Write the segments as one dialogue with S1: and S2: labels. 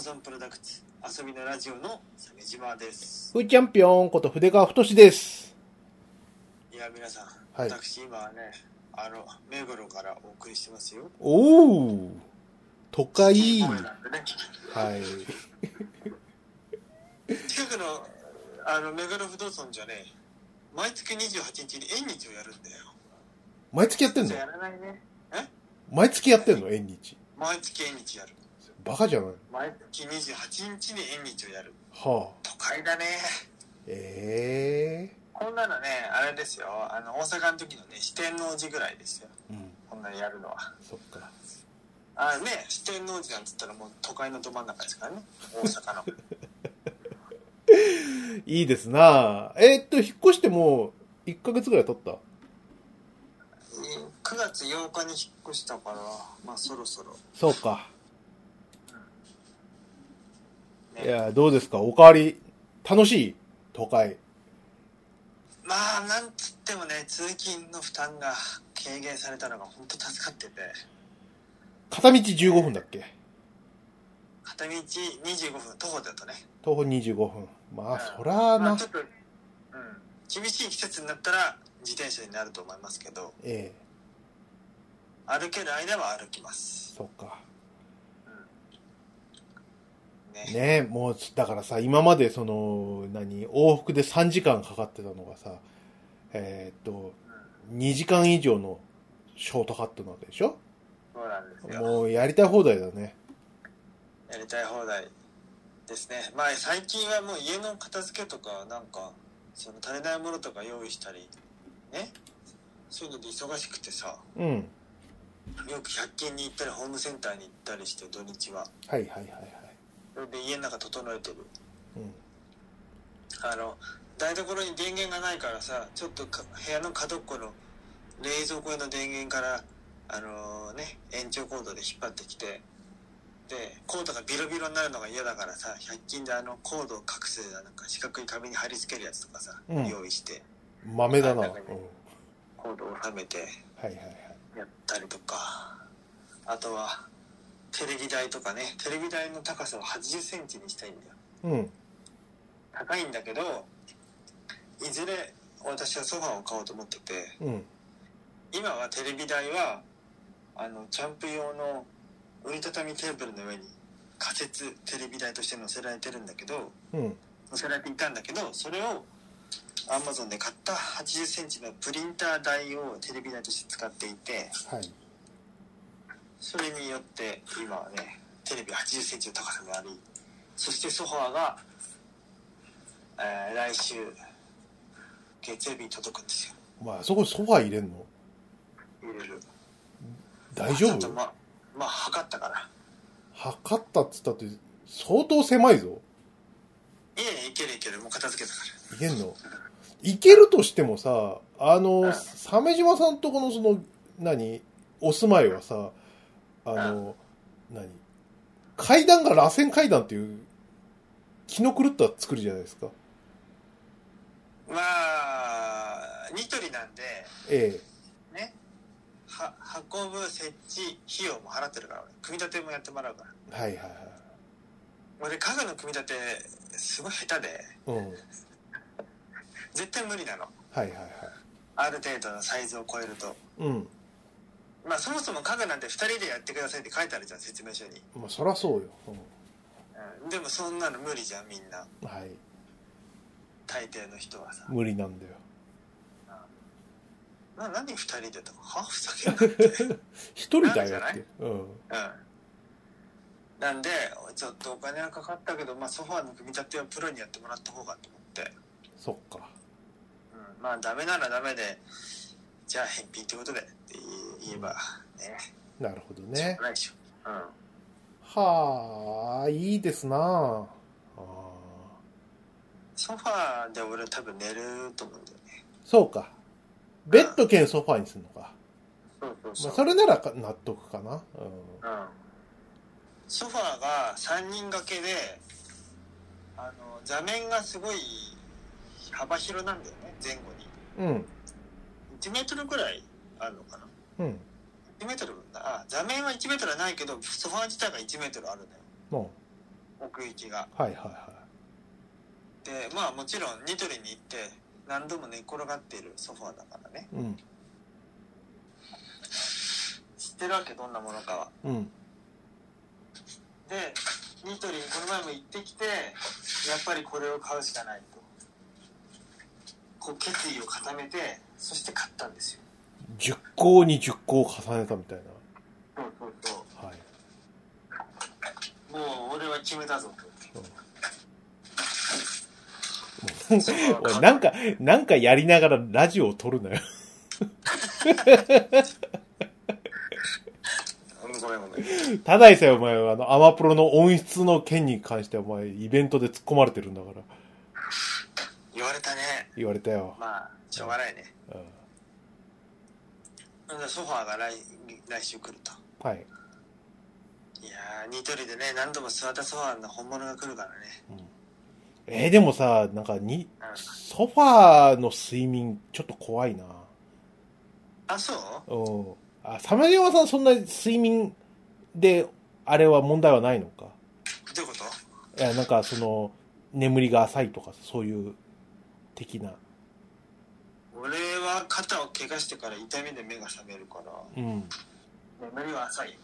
S1: ゾンプロダクツ遊びのラジオの鮫島です
S2: ふーちゃんぴょんこと筆川太です。
S1: いや皆さん、
S2: はい
S1: 私今はねあの目黒からお送りしてますよ
S2: おお都会。
S1: 声
S2: は
S1: なんでね
S2: い。
S1: 近くのあの目黒不動村じゃね毎月28日に縁日をやるんだよ
S2: 毎月やってんの
S1: やらないね
S2: 毎月やってんの縁日。
S1: 毎月縁日やる
S2: バカじゃない
S1: 毎月28日に縁日をやる
S2: はあ。
S1: 都会だね
S2: え
S1: こんなのねあれですよあの大阪の時のね四天王寺ぐらいですよ
S2: えうん。
S1: こんなにやるのは
S2: そっか。
S1: あね四天王寺なんつったらもう都会のど真ん中ですからね大阪 の
S2: いいですなあえーっと、引っ越してもう1ヶ月ぐらい経った。
S1: 9月8日に引っ越したからまあそろそろ
S2: そうか。
S1: ね
S2: いや、どうですかおかわり、楽しい都会。
S1: まあなんつってもね通勤の負担が軽減されたのが本当助かってて
S2: 片道15分だっけ
S1: 片道25分徒歩だとね
S2: 徒歩25分。まあ、そら
S1: まあ
S2: な
S1: ちょ。っと、うん、厳しい季節になったら自転車になると思いますけど
S2: ええ
S1: 歩ける間は歩きます
S2: そうか。
S1: ね
S2: ねえ、もう、だからさ、今までその、何、往復で3時間かかってたのがさ、えーっと、2時間以上のショートカットなわけでしょ
S1: そうなんですよ
S2: もう、やりたい放題だね。
S1: やりたい放題ですねまあ最近はもう家の片付けとかなんかその足りないものとか用意したりねそういうので忙しくてさ
S2: うん。
S1: よく100均に行ったりホームセンターに行ったりして土日は
S2: はいはいはいはい。
S1: それで家の中整えてる
S2: うん。
S1: あの台所に電源がないからさちょっとか部屋の角っこの冷蔵庫への電源からあのね延長コードで引っ張ってきてでコードがビロビロになるのが嫌だからさ100均であのコードを隠すなんか四角い紙に貼り付けるやつとかさ、
S2: うん
S1: 用意して
S2: 豆だ
S1: あ
S2: な。うん。
S1: な
S2: は
S1: んかねコードをはめて
S2: いはいはい。
S1: やったりとかあとはテレビ台とかねテレビ台の高さを8 0センチにしたいんだよ
S2: うん。
S1: 高いんだけどいずれ私はソファーを買おうと思ってて
S2: うん。
S1: 今はテレビ台はあのキャンプ用の折りたたみテーブルの上に仮設テレビ台として載せられてるんだけど
S2: うん。
S1: 載せられていたんだけどそれを Amazon で買った8 0センチのプリンター台をテレビ台として使っていて
S2: はい。
S1: それによって今はねテレビ8 0センチの高さがありそしてソファーが、えー来週月曜日に届くんですよ
S2: まあ、そこにソファー入れんの
S1: 入れる
S2: 大丈
S1: まあちょっと
S2: 夫
S1: まあまあ測ったから
S2: 測ったっつったって、相当狭いぞ。
S1: いやいやいけるいけるもう片付けたか
S2: いけんのいけるとしてもさ、あの、鮫島さんとこのその、何、お住まいはさ、あの、何、階段が螺旋階段っていう、気の狂った作りじゃないですか。
S1: らまあニトリなんで
S2: え
S1: ねは運ぶ設置費用も払ってるから俺組み立てもやってもらうから
S2: えはいはいはい。
S1: 俺家具の組み立てすごい下手で
S2: うん。はい
S1: 絶対無理なの
S2: はいはい。
S1: ある程度のサイズを超えると
S2: うん。
S1: まあそもそも家具なんて2人でやってくださいって書いてあるじゃん説明書に、
S2: まあ、そらそうよ。
S1: うん、でもそんなの無理じゃんみんな
S2: うん、はい。
S1: 大抵の人はさ
S2: 無理なんだよ。
S1: な何2人でとかはふざけんな って
S2: 一人だよ
S1: なんじゃない
S2: って。うん。
S1: うんなんでちょっとお金はかかったけど、まあ、ソファーの組み立てはプロにやってもらった方がと思って、
S2: そっか。
S1: うん、まあダメならダメでじゃあ返品ってことでって言えばね
S2: なるほど
S1: しょう
S2: ね
S1: が。ないでしょ、うん
S2: はあ、いいですなあああ。
S1: ソファーで俺多分寝ると思うんだよね
S2: そうか。ベッド兼ソファーにするのか。
S1: そうそう
S2: まあ、それならか納得かな。うん。
S1: うん、ソファーが3人掛けであの座面がすごい幅広なんだよね前後に
S2: うん。
S1: 1メートルぐらいあるのかな
S2: うん。
S1: 1メートルあ座面は1メートルはないけどソファー自体が1メートルあるんだよ
S2: も
S1: 奥行きが
S2: はいはいは
S1: でまあもちろんニトリに行って何度も寝転がっているソファーだからね
S2: い。うん。
S1: 知ってるわけどんなものかは
S2: うん。
S1: でニトリにこの前も行ってきてやっぱりこれを買うしかないとこう決意を固めてそして買ったんですよ
S2: 10項に10項重ねたみたい
S1: そうそうそ
S2: な。はい。
S1: うもう俺は決めたぞとそう
S2: おい、なんか、なんかやりながらラジオを撮るなよ。
S1: ごめんごめん
S2: ただいさえお前は、あの、アマプロの音質の件に関してお前、イベントで突っ込まれてるんだから、
S1: 言われたね
S2: 言われたよ。
S1: まあしょうがないね
S2: うん。
S1: うんソファーが来来週来ると
S2: はい。
S1: いやーニトリでね何度も座ったソファーの本物が来るからね
S2: うんえーでもさ、なんかに
S1: う、ん
S2: ソファーの睡眠、ちょっと怖いな。
S1: あそう
S2: うん。あ、鮫島さんそんな睡眠で、あれは問題はないのか。
S1: どういうこと
S2: いや、なんかその、眠りが浅いとか、そういう、的な。
S1: 俺は肩を怪我してから痛みで目が覚めるから
S2: うん。
S1: 眠りは浅い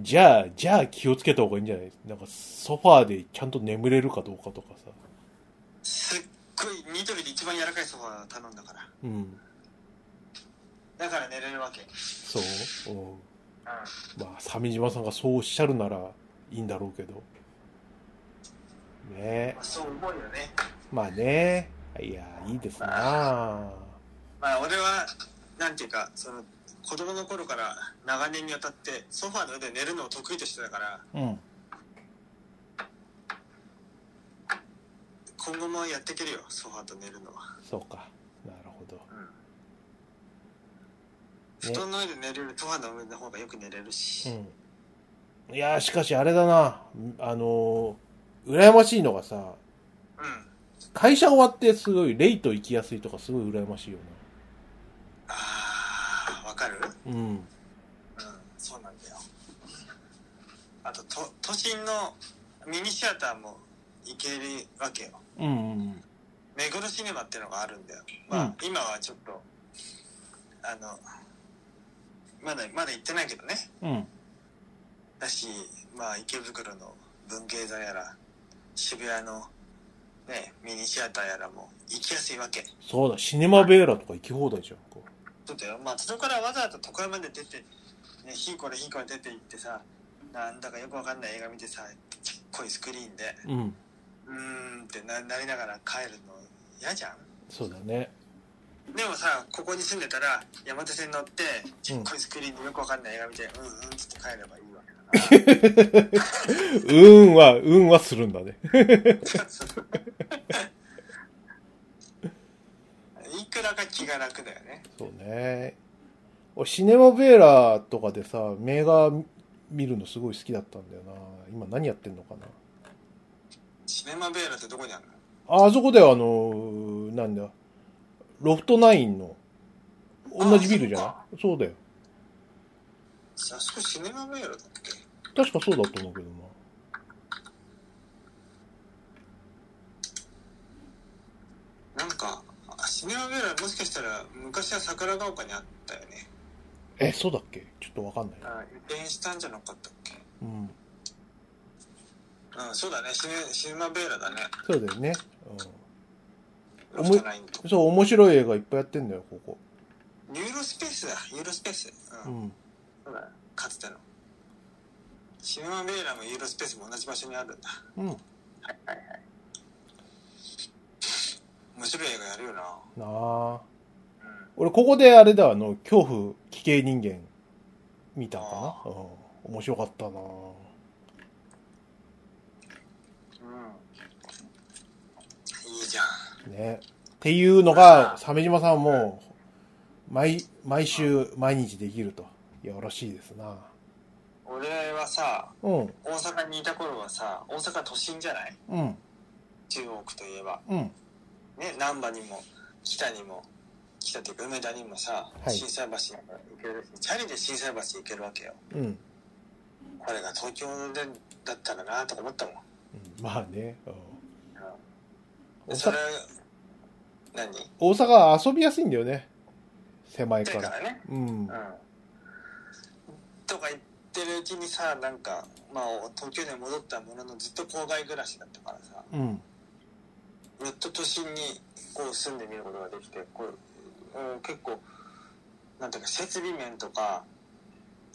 S2: じゃあ、じゃあ気をつけた方がいいんじゃないなんかソファーでちゃんと眠れるかどうかとかさ。
S1: すっごいニトリで一番柔らかいソファー頼んだから
S2: うん。
S1: だから寝れるわけうん
S2: そう。うん、まあ、鮫島さんがそうおっしゃるならいいんだろうけど。ねえ
S1: まあ。そう思うよね
S2: まあね。いや、いいですなあ
S1: まあ俺はなんていうかその子供の頃から長年にわたってソファーの上で寝るのを得意としてたから
S2: うん。
S1: 今後もやっていけるよソファーと寝るのは
S2: そうか。なるほど。
S1: 布団の上で寝れるソファーの上の方がよく寝れるし、
S2: うん。いや、しかしあれだな。あのー、羨ましいのがさ、
S1: うん、
S2: 会社終わってすごいレイト行きやすいとかすごい羨ましいよ
S1: ああわかるうん
S2: な。うん。
S1: そうなんだよあとと都心のミニシアターも行けるわけよ
S2: うんうんうん。
S1: 目黒シネマってのがあるんだよまあ、今はちょっとあのまだまだ行ってないけどね
S2: うん。
S1: だしまあ池袋の文芸座やら渋谷のねミニシアターやらも行きやすいわけ
S2: そうだ、シネマベーラとか行き放題じゃんか。
S1: そうだよ。まあ、そこからわざわざ都会まで出て、ね、ヒーコでヒーコで出て行ってさ、なんだかよくわかんない映画見てさ、ちっこいスクリーンで、
S2: う
S1: う
S2: ん。
S1: ーんってななりながら帰るの嫌じゃん。
S2: そうだね。
S1: でもさ、ここに住んでたら、山手線乗って、ちっこいスクリーンでよくわかんない映画見て、うんうんっつって帰ればいいわけだから。
S2: うんは、うんはするんだね。
S1: いくらか気が楽だよね。
S2: そうね。俺、シネマベーラとかでさ、名画見るのすごい好きだったんだよな。今何やってんのかな。
S1: シネマベーラってどこにあるの
S2: あ、あそこだよ、あの、なんだ。ロフトナインの、同じビルじゃ
S1: あ
S2: ないそうだよ。
S1: あそこシネマベーラだっけ
S2: 確かそうだと思うけどな。
S1: なんか、あシネマベーラもしかしたら昔は桜ヶ丘にあったよね。
S2: え、そうだっけちょっとわかんない。
S1: あ移転したんじゃなかったっけ
S2: うん。
S1: うん、そうだね。シネシネマベーラだね。
S2: そうだよね。
S1: ロフトナインと
S2: うん。。そう、面白い映画いっぱいやってんだよ、ここ。
S1: ユーロスペースだ。ユーロスペース。う。
S2: うんん。
S1: そうだかつての。シネマベーラもユーロスペースも同じ場所にあるんだ。
S2: うん。
S1: 面白い映画やるよな。
S2: なあ。
S1: うん。
S2: 俺、ここであれだ、あの、恐怖、奇形人間、見たかなうん。面白かったな
S1: うん。いいじゃん。
S2: ね。っていうのが、鮫島さんも、毎、毎週、毎日できると。よろしいですな
S1: 俺はさ、
S2: うん、
S1: 大阪にいた頃はさ、大阪都心じゃない
S2: うん、
S1: 中央区といえば。
S2: うん。
S1: ね、難波にも北にも北というか梅田にもさ、
S2: はい
S1: 震災橋なんか行けるしチャリで震災橋行けるわけよ
S2: うん、
S1: これが東京でだったらなとか思ったもん
S2: うんまあね、う
S1: で
S2: ん大
S1: それ
S2: 阪
S1: 何
S2: 大阪は遊びやすいんだよね狭い
S1: て
S2: か
S1: かららね
S2: うん
S1: うんとか言ってるうちにさなんか、まあ、東京に戻ったもののずっと郊外暮らしだったからさ
S2: うん
S1: やっと都心にこう住んでみることができてこう、うん、結構なんていうか設備面とか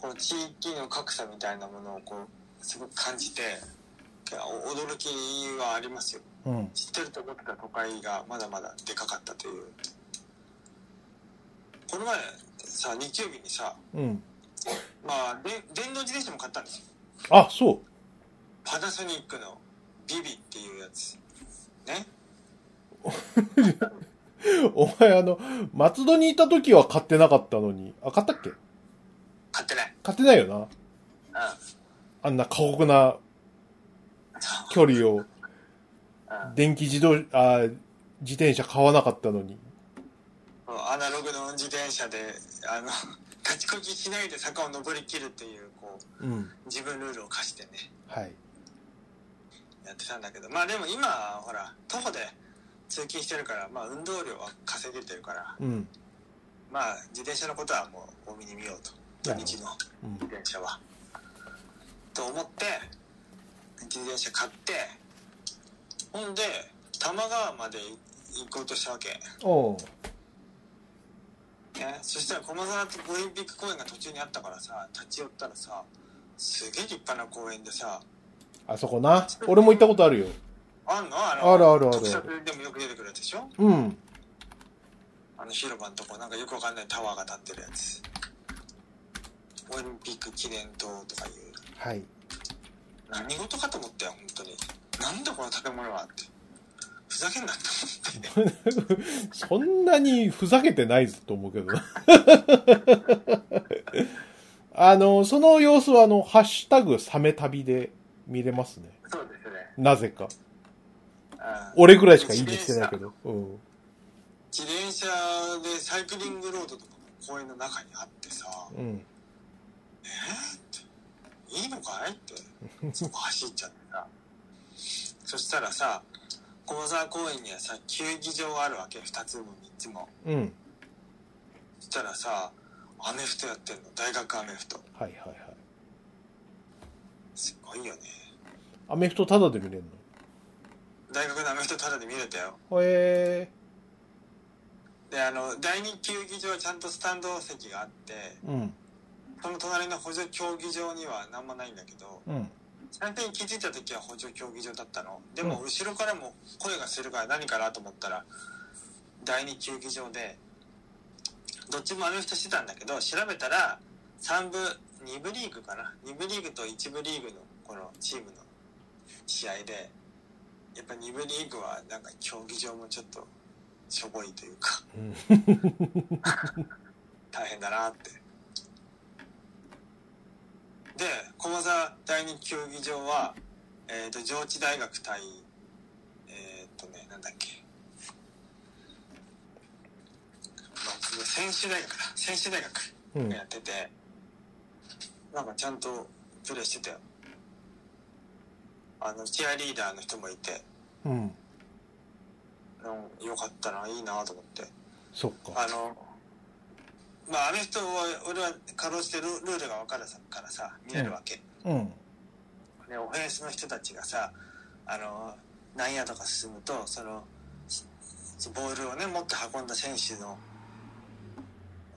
S1: こう地域の格差みたいなものをこうすごく感じてお驚きはありますよ
S2: うん
S1: 知ってると思ってた都会がまだまだでかかったというこの前さ日曜日にさ
S2: うん
S1: まあ、で電動自転車も買ったんですよ。
S2: あそ
S1: パナソニックのビビっていうやつ。ね。
S2: うお前あの松戸にいた時は買ってなかったのにあ買ったっけ
S1: 買ってない。
S2: 買ってないよな
S1: う
S2: あんな過酷な距離を
S1: ん。
S2: 電気自動あ自転車買わなかったのに
S1: うん、アナログの自転車で、あの、 立ちこぎしないで坂を登りきるっていう、こう、
S2: うん
S1: 自分ルールを課してね、
S2: はい
S1: やってたんだけど。まあでも今、ほら、徒歩で通勤してるから、まあ運動量は稼げてるから、
S2: うん
S1: まあ自転車のことはもう大目に見ようと。土日の。
S2: うん
S1: 自転車は。と思って自転車買ってほんで多摩川まで行こうとしたわけ、
S2: おう
S1: ね、そしたら駒沢ってオリンピック公園が途中にあったからさ立ち寄ったらさすげえ立派な公園でさ
S2: あそこな俺も行ったことあるよ
S1: あんのあの
S2: あるあるある
S1: 特撮でもよく出てくるやつでしょ
S2: うん
S1: あの広場のとこなんかよくわかんないタワーが立ってるやつオリンピック記念塔とかいう
S2: はい
S1: 何事かと思ったよ本当になんだこの建物はってふざけんなって思って
S2: そんなにふざけてないと思うけどな。 あの、その様子は、あの、ハッシュタグサメ旅で見れますね。
S1: そうですね
S2: なぜか。
S1: うん
S2: 俺ぐらいしかいいねしてないけど。うん。
S1: 自転車でサイクリングロードとかも公園の中にあってさ
S2: うん。
S1: いいのかいってそこ走っちゃってさそしたらさ駒沢公園にはさ球技場があるわけ2つも3つも
S2: うん。
S1: そしたらさアメフトやってんの大学アメフト
S2: はいはいはい。
S1: すごいよね
S2: アメフトタダで見れる
S1: 大学のアメフトタダで見れたよ
S2: のへえ
S1: であの第二球技場はちゃんとスタンド席があって
S2: ー。うん。
S1: その隣の補助競技場には何もないんだけど
S2: うん。
S1: 最初に気づいた時は補助競技場だったのでも後ろからも声がするから何かなと思ったら第二球技場でどっちもアメフトしてたんだけど調べたら3部2部リーグかな2部リーグと1部リーグのこのチームの試合でやっぱ2部リーグはなんか競技場もちょっとしょぼいというか
S2: うん、
S1: 大変だなってで駒沢第二競技場は、えー、と上智大学対えっ、とねなんだっけ、まあ、すごい専修大学だ専修大学
S2: うん
S1: が。やってて、なんかちゃんとプレーしてたよあのチアリーダーの人もいて、
S2: うん。
S1: うん、よかったないいなと思って
S2: そっか。
S1: あの、まあ、アメフトは俺はかろうじてルルールが分かるさからさ、見れるわけ。
S2: うん。
S1: で、オフェンスの人たちがさ、あの、何ヤードか進むと、その、しボールをね、持って運んだ選手の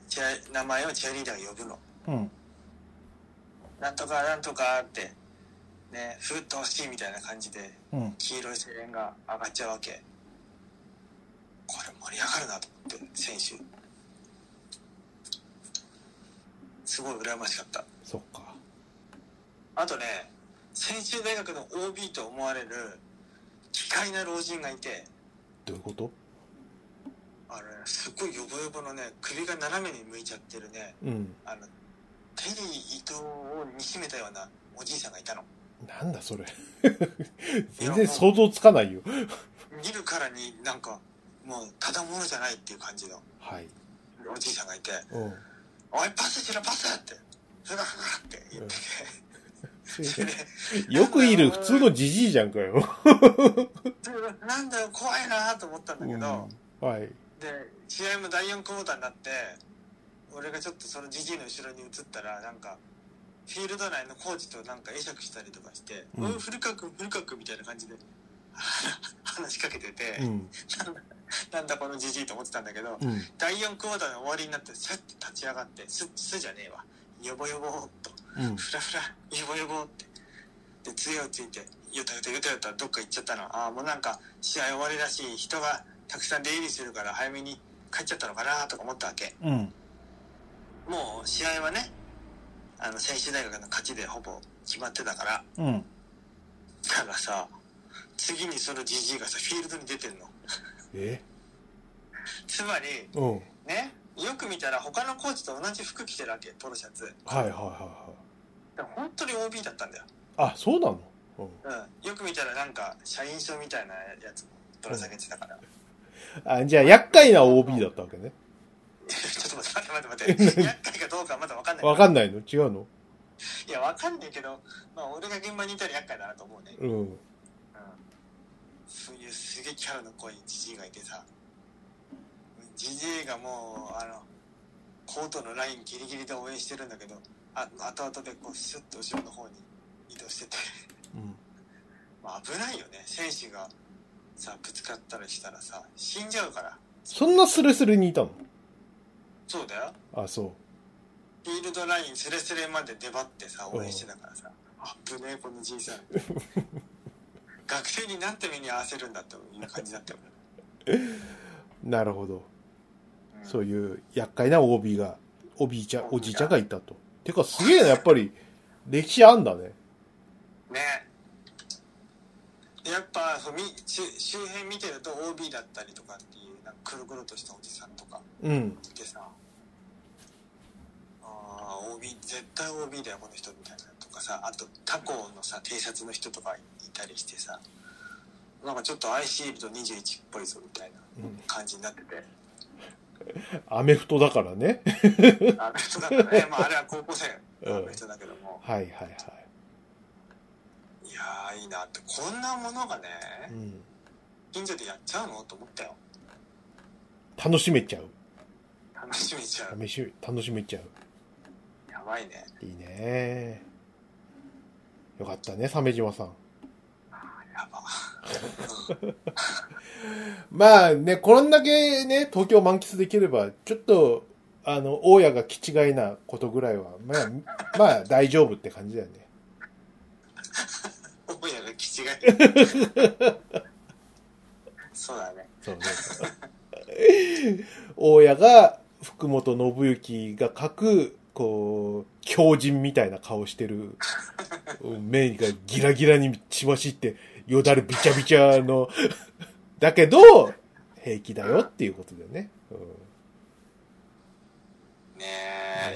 S1: チア名前をチアリーダーが呼ぶの。
S2: うん。
S1: なんとかなんとかって、ね、ふっと欲しいみたいな感じで、
S2: うん。
S1: 黄色い声援が上がっちゃうわけこれ盛り上がるなと思って選手すごい羨ましかった
S2: そっか。
S1: あとね専修大学の OB と思われる機械な老人がいて
S2: どういうこと
S1: あのねすっごいヨボヨボのね首が斜めに向いちゃってるね
S2: うん。
S1: あのテリー伊藤を煮しめたようなおじいさんがいたの
S2: なんだそれ。 全然想像つかないよ。
S1: 見るからになんかもうただものじゃないっていう感じの
S2: はい。
S1: おじいさんがいて
S2: うん。
S1: おい、パスしろ、パスって、ふがふがって言ってて、
S2: よくいる普通のじじいじゃんかよ。
S1: でなんだよ怖いなと思ったんだけど、
S2: うんはい。
S1: で試合も第4クォーターになって俺がちょっとそのじじいの後ろに移ったらなんかフィールド内のコーチとなんか会釈したりとかして「
S2: うん
S1: うん、古川君古川君」みたいな感じで 話しかけてて、
S2: うん。
S1: なんだこのじじいと思ってたんだけど
S2: うん。
S1: 第4クォーターの終わりになってシャッて立ち上がって「す」すじゃねえわよぼよぼーっと
S2: うん。
S1: フラフラよぼよぼーってで杖をついてよたよたよたよたどっか行っちゃったのああもうなんか試合終わりだし人がたくさん出入りするから早めに帰っちゃったのかなとか思ったわけ
S2: うん。
S1: もう試合はねあの専修大学の勝ちでほぼ決まってたから
S2: うん。
S1: だからさ次にそのじじいがさフィールドに出てんの
S2: え
S1: つまり
S2: うん。はい
S1: ねよく見たら他のコーチと同じ服着てるわけポロシャツ
S2: はいはいは
S1: でも本当に OB だったんだよ、
S2: い。あ、そうなのうん。
S1: うん、よく見たらなんか社員証みたいなやつもぶら下げてたから、
S2: あ、じゃあ、厄介な OB だったわけね。
S1: ちょっと待って待って待って待って厄介かどうかはまだ分かんない
S2: わかん
S1: ない
S2: ないの違うの
S1: いや分かんないけど、まあ、俺が現場にいたら厄介だなと思うね、うん、
S2: うん。
S1: そういうすげえキャラの濃いじじいがいてさじじいがもうあのコートのラインギリギリで応援してるんだけどあ後々でこうスッと後ろの方に移動してて
S2: うん。
S1: まあ、危ないよね選手がさぶつかったりしたらさ死んじゃうから
S2: そんなスレスレにいたの
S1: そうだよ
S2: あ、そ
S1: フィールドラインスレスレまで出張ってさ応援してたからさあぶねえこのじいさん学生になんて目に合わせるんだっていう感じだったよ、
S2: う。なるほど。
S1: うん
S2: そういう厄介な OB が、OB ちゃん、おじいちゃんがいたと。てか、すげえな、やっぱり、歴史あんだね。
S1: ねやっぱそうみ周周辺見てると OB だったりとかっていうなんか黒々としたおじさんとか
S2: うん。
S1: いてさあー OB 絶対 OB だよこの人みたいなとかさあと他校のさ T シャツの人とかいたりしてさなんかちょっとアイシールド21っぽいぞみたいな
S2: うん
S1: 感じになってて、
S2: アメフトだからね。
S1: あの人だからね、まあ、あれは高校生
S2: うん
S1: の人だけども、
S2: はいはいはい。
S1: いやーいいなってこんなものがね
S2: うん、
S1: 近所でやっちゃうのと思ったよ
S2: 楽しめちゃう。
S1: 楽しみちゃう
S2: 楽しめ楽しめちゃう。
S1: やばいね
S2: いいね。よかったね、鮫島さん。
S1: やば
S2: まあね、こんだけね、東京を満喫できれば、ちょっと、あの、大家が気違いなことぐらいは、まあ、まあ大丈夫って感じだよね。
S1: 大家が気違い そうだね
S2: そうね。大家が福本信之が描く、こう、狂人みたいな顔してる、目がギラギラに血走って、よだれびちゃびちゃの、だけど、平気だよっていうことだよね。うん
S1: ね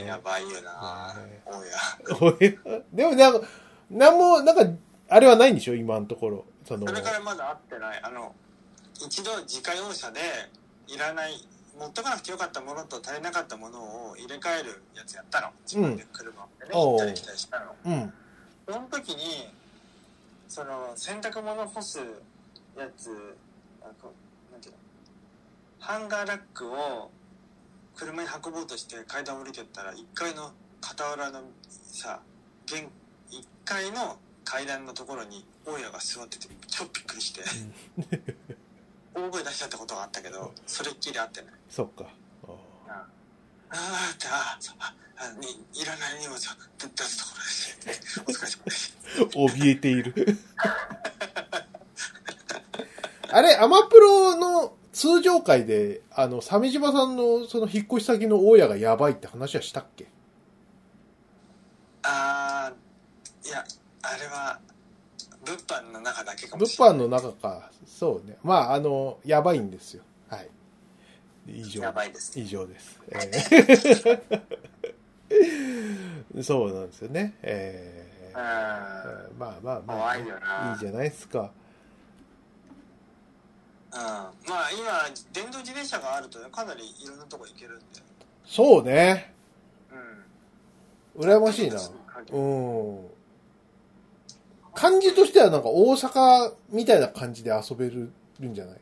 S1: え、やばいよな、
S2: ね
S1: おや
S2: 大家でもなんか、なんも、なんか、あれはないんでしょ今のところ。その
S1: そ、れからまだ会ってないあの一度自家用車でいらない持ってかなくてよかったものと足りなかったものを入れ替えるやつやったの自分で車をね、
S2: お
S1: 行
S2: う
S1: ったり来たりしたの
S2: うん。
S1: その時にその洗濯物干すやつあこうなんていうのハンガーラックを車に運ぼうとして階段降りてったら1階の片裏のさ玄1階の階段のところに大家が座っててちょっとびっくりして大声出しちゃったことがあったけどそれっきり会ってない
S2: そっか。あ
S1: あーってあーそうああにいらない荷物を出出すところですお疲れ様です
S2: ー怯えている。 あれ、アマプロの通常会で、あの、鮫島さんのその引っ越し先の大家がやばいって話はしたっけ
S1: あーいやあれは物販の中だけかも
S2: 物
S1: しれな
S2: 販
S1: い
S2: の中か。そうね。まあ、あの、やばいんですよ。はい。以上。
S1: やばいですね
S2: 以上です。えー そうなんですよね。え
S1: う
S2: ー
S1: ん
S2: まあまあまあ、
S1: 怖いよない
S2: いじゃないですか。
S1: うんまあ今電動自転車があるとねかなりいろんなとこ行けるんで
S2: そうね。
S1: うん
S2: 羨ましいな。
S1: うん
S2: うん。感じとしてはなんか大阪みたいな感じで遊べるんじゃない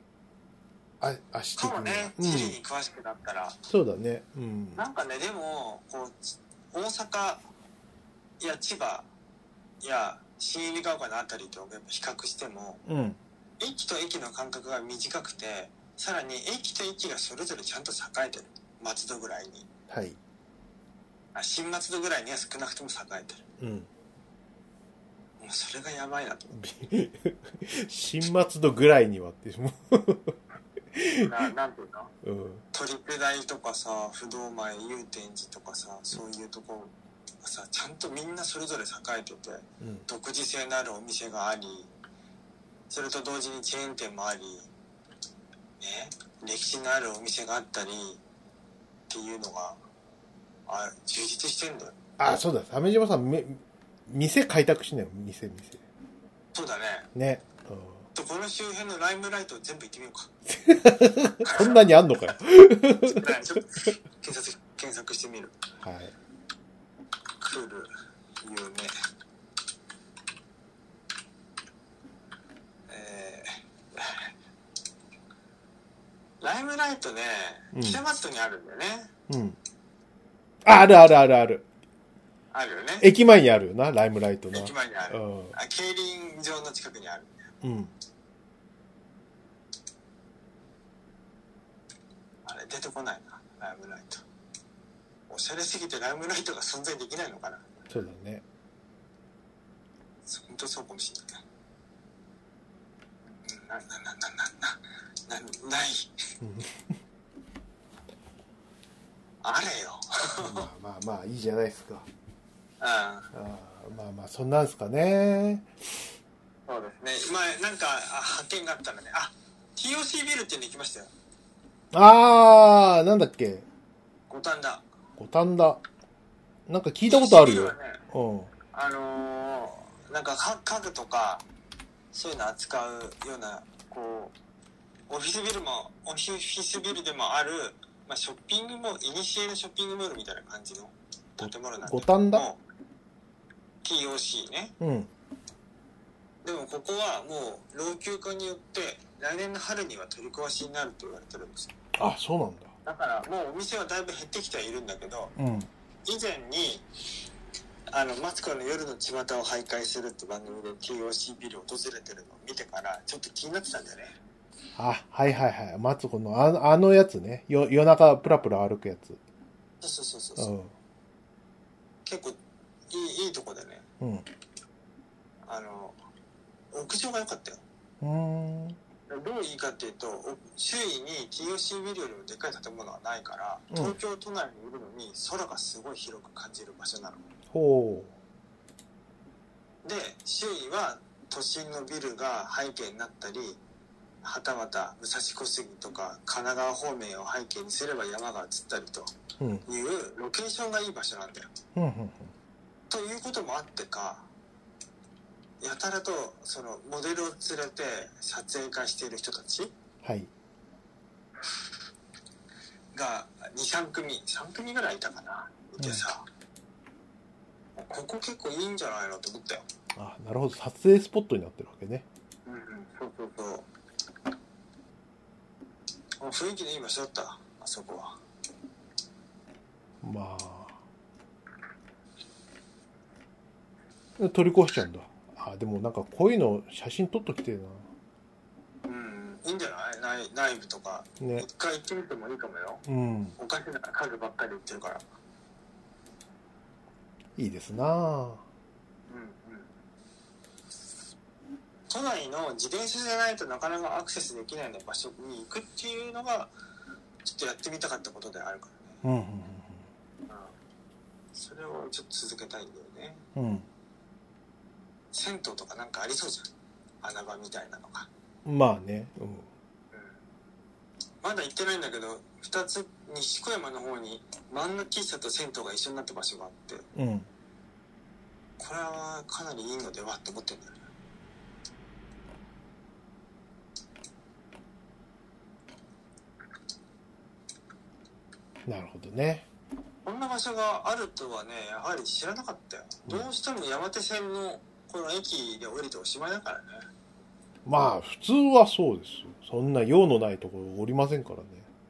S2: あ、足的
S1: かも
S2: には
S1: ね。地理に詳しくなったら、
S2: そうだね。うん。
S1: なんかねでもこうち大阪いや千葉いや新入川丘のあたりとやっぱ比較しても
S2: うん。
S1: 駅と駅の間隔が短くてさらに駅と駅がそれぞれちゃんと栄えてる松戸ぐらいに
S2: はい。
S1: あ新松戸ぐらいには少なくとも栄えてる
S2: うん。
S1: もうそれがやばいなと
S2: 新松戸ぐらいにはって、も
S1: ななんていうの
S2: う、うん。
S1: トリプ大とかさ不動前祐天寺とかさそういうとこがさちゃんとみんなそれぞれ栄えてて
S2: うん。
S1: 独自性のあるお店がありそれと同時にチェーン店もあり、ね、歴史のあるお店があったりっていうのがあ充実してんだよ
S2: あ、そうだ、鮫島さん、め、店開拓しないよ、店、店。
S1: そうだね
S2: ね。
S1: とこの周辺のライムライト全部行ってみよう
S2: うん、
S1: か
S2: そんなにあんのかよ。
S1: ね ちょっと検索検索してみる
S2: はい。
S1: クール有名えー、ライムライトね
S2: うん
S1: 北松戸にあるんだよね、
S2: うん。ああるあるあるある。
S1: あるよね
S2: 駅前にあるよな、ライムライトな。
S1: 駅前にあ
S2: う
S1: る
S2: ん。
S1: あ競輪場の近くにある
S2: うん。
S1: あれ出てこないなライムライトおしゃれすぎてライムライトが存在できないのかな
S2: そうだね。
S1: 本当そうかもしれないなななななななない
S2: うん
S1: あれよ
S2: まあまあまあ、いいじゃないです
S1: う
S2: か。
S1: ん
S2: あーまあまあ、そんなんすかね。
S1: そうですね。前、なんか、あ発見があったらね。あ、TOC ビルっていうの行きましたよ。
S2: あー、なんだっけ。
S1: 五反田。
S2: 五反田。なんか聞いたことある
S1: TOC ビ。
S2: よ
S1: ルはね、
S2: う
S1: あのーなんかか家具とか、そういうの扱うような、こう、オフィスビルも、オフィスビルでもある、まあ、ショッピングモール、イニシエのショッピングモールみたいな感じの建物なんだ
S2: 五反田
S1: もう TOC ね。
S2: ん。うん。
S1: でもここはもう老朽化によって、来年の春には取り壊しになると言われてるんですよ
S2: あ、そうなんだ。
S1: だからもうお店はだいぶ減ってきてはいるんだけど
S2: うん。
S1: 以前にあのマツコの夜の巷を徘徊するって番組で TOC ビルを訪れてるのを見てからちょっと気になってたんだよね
S2: あ、はいはいはい。マツコの、ああのやつね。よ夜中プラプラ歩くやつ。
S1: そうそうそうそう
S2: う。
S1: そうん結構いいいいとこでね
S2: うん。
S1: あの屋上が良かったよ
S2: うーん。
S1: どういいかっていうとお周囲に TOC ビルよりもでっかい建物はないから
S2: うん
S1: 東京都内にいるのに空がすごい広く感じる場所なの
S2: ほ
S1: で周囲は都心のビルが背景になったりはたまた武蔵小杉とか神奈川方面を背景にすれば山が映ったりと
S2: う。うん。
S1: いうロケーションがいい場所なんだよ。
S2: うん、うん、
S1: ということもあってかやたらとそのモデルを連れて撮影会している人たち
S2: はい。
S1: が23組3組ぐらいいたかないてさ、ここ結構いいんじゃないのと思ったよ。
S2: あ、なるほど。撮影スポットになってるわけね。
S1: うんうんそうそうそう。あ雰囲気のいい場所だった、あそこは。
S2: まあ。取り壊しちゃうんだ。あ、でもなんかこういうの写真撮っときてえ
S1: うん、いいんじゃない内内部とか。
S2: な。ね。
S1: 一回行ってみてもいいかもよ。
S2: うん。
S1: おかしな家具ばっかり売ってるから。
S2: いいですな
S1: うんうん。都内の自転車じゃないとなかなかアクセスできないような場所に行くっていうのが、ちょっとやってみたかったことであるか
S2: うん、うん、
S1: らね。うん。それをちょっと続けたいんだよね。
S2: うん。うん。
S1: 銭湯とかなんかありそうじゃん。穴場みたいなのが。
S2: まあね。うん。
S1: まだ行ってないんだけど2つ西小山の方に万の喫茶と銭湯が一緒になった場所があって
S2: うん。
S1: これはかなりいいのではって思ってるんだよね
S2: なるほどね。
S1: こんな場所があるとはねやはり知らなかったよどうしても山手線のこの駅で降りておしまいだからね
S2: まあ、普通はそうですよ。そんな用のないところおりませんからね。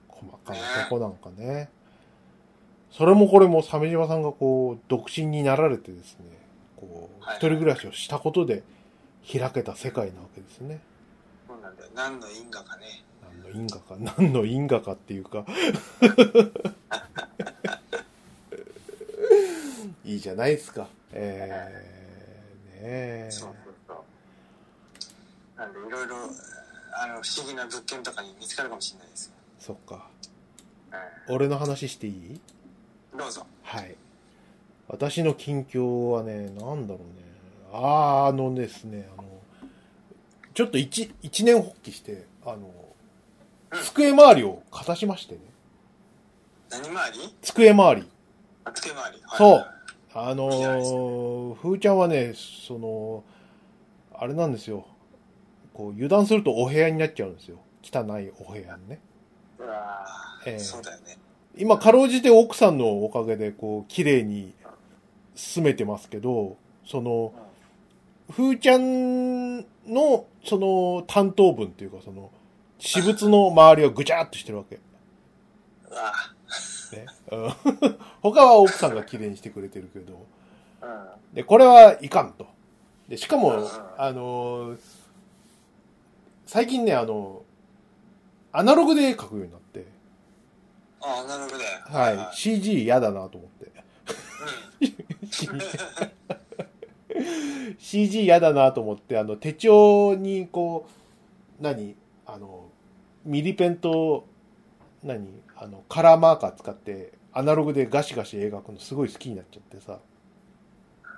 S2: 細かい男なんかね。それもこれも鮫島さんがこう、独身になられてですね、こう、
S1: はい
S2: 一人暮らしをしたことで開けた世界なわけですね。
S1: そうなんだよ何の因果かね
S2: 何の因果か、何の因果かっていう か。いいじゃないですか。えー、ねえ。
S1: そうそうそうなんでいろいろあの不思議な物件とかに見つかるかもしれないですよ、
S2: そっか。
S1: う
S2: 俺の話していい
S1: ん、どうぞ
S2: はい。私の近況はね、なんだろうね。あー、あのですね、あの、ちょっと一、一年発起して、あの、机周りをかたしましてね。
S1: 何回り
S2: 机周り。
S1: あ付け回り、はい
S2: そうあの
S1: いいじゃないです
S2: ー、ふーちゃんはね、その、あれなんですよ。こう、油断するとお部屋になっちゃうんですよ。汚いお部屋にね。
S1: うわー
S2: ええ
S1: そうだよね
S2: 今、かろうじて奥さんのおかげで、こう、綺麗に住めてますけど、その、ふーちゃんの、その、担当分っていうか、その、私物の周りはぐちゃっとしてるわけ。
S1: うわ
S2: ね。うん 他は奥さんが綺麗にしてくれてるけど、
S1: ーうん
S2: で、これはいかんと。で、しか
S1: う
S2: も
S1: ん、
S2: あのー最近ね、あの、アナログで絵描くようになって、
S1: あアナログだよ
S2: はい、CG 嫌だなと思って。CG 嫌だなと思って、あの、手帳に、こう、何あの、ミリペンと、何あの、カラーマーカー使って、アナログでガシガシ描くのすごい好きになっちゃってさ。
S1: うん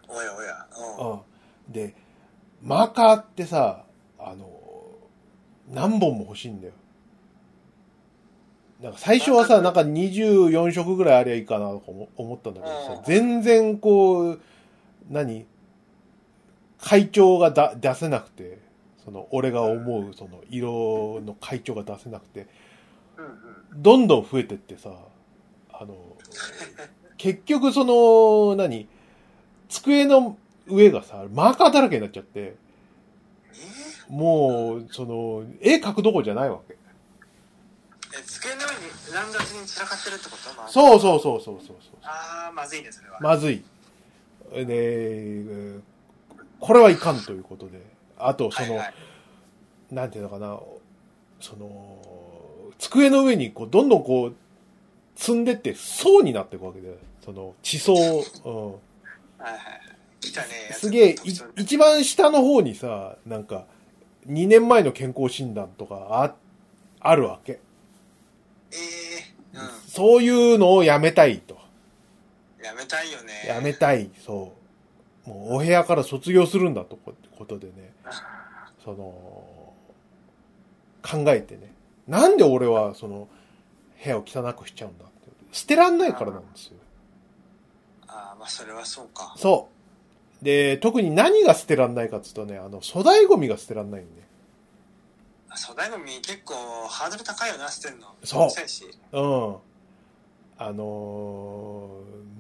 S1: おやおやうん
S2: うん。で、マーカーってさ、あの、何本も欲しいんだよ。なんか最初はさ、なんか24色ぐらいありゃいいかなとか思思ったんだけど
S1: う
S2: さ
S1: ん、
S2: 全然こう、何会長がだ出せなくて、その、俺が思う、その、色の会長が出せなくて、
S1: うんうん
S2: どんどん増えてってさ、あの、結局その、何机の上がさ、マーカーだらけになっちゃって、
S1: え
S2: もう、その、絵描くどころじゃないわけ。
S1: ーえ机の上に乱雑に散らかってるってことまあ
S2: そうそうそうそうそうそう。
S1: ああまずいねそれは、
S2: まずい。で、えーこれはいかんということで。あと、そ
S1: はい
S2: の
S1: は、い
S2: なんていうのかな、その、机の上にこう、どんどんこう、積んでって層になっていくわけで、その、地層、うん。
S1: はいはいはい来たね
S2: すげえ、い
S1: 特徴的
S2: 一番下の方にさ、なんか、2年前の健康診断とかあ、あるわけ。
S1: ええう
S2: そういうのをやめたいと。
S1: んやめたいよね
S2: やめたい、そう。もうお部屋から卒業するんだとこことでね、その、考えてね。なんで俺はその、部屋を汚くしちゃうんだって。捨てらんないからなんですよ。
S1: ああまあそれはそうか
S2: そう。で、特に何が捨てらんないかって言うとね、あの、粗大ゴミが捨てらんないんで。
S1: 粗大ゴミ結構ハードル高いよな捨てるの
S2: そう
S1: せんし
S2: うん。あの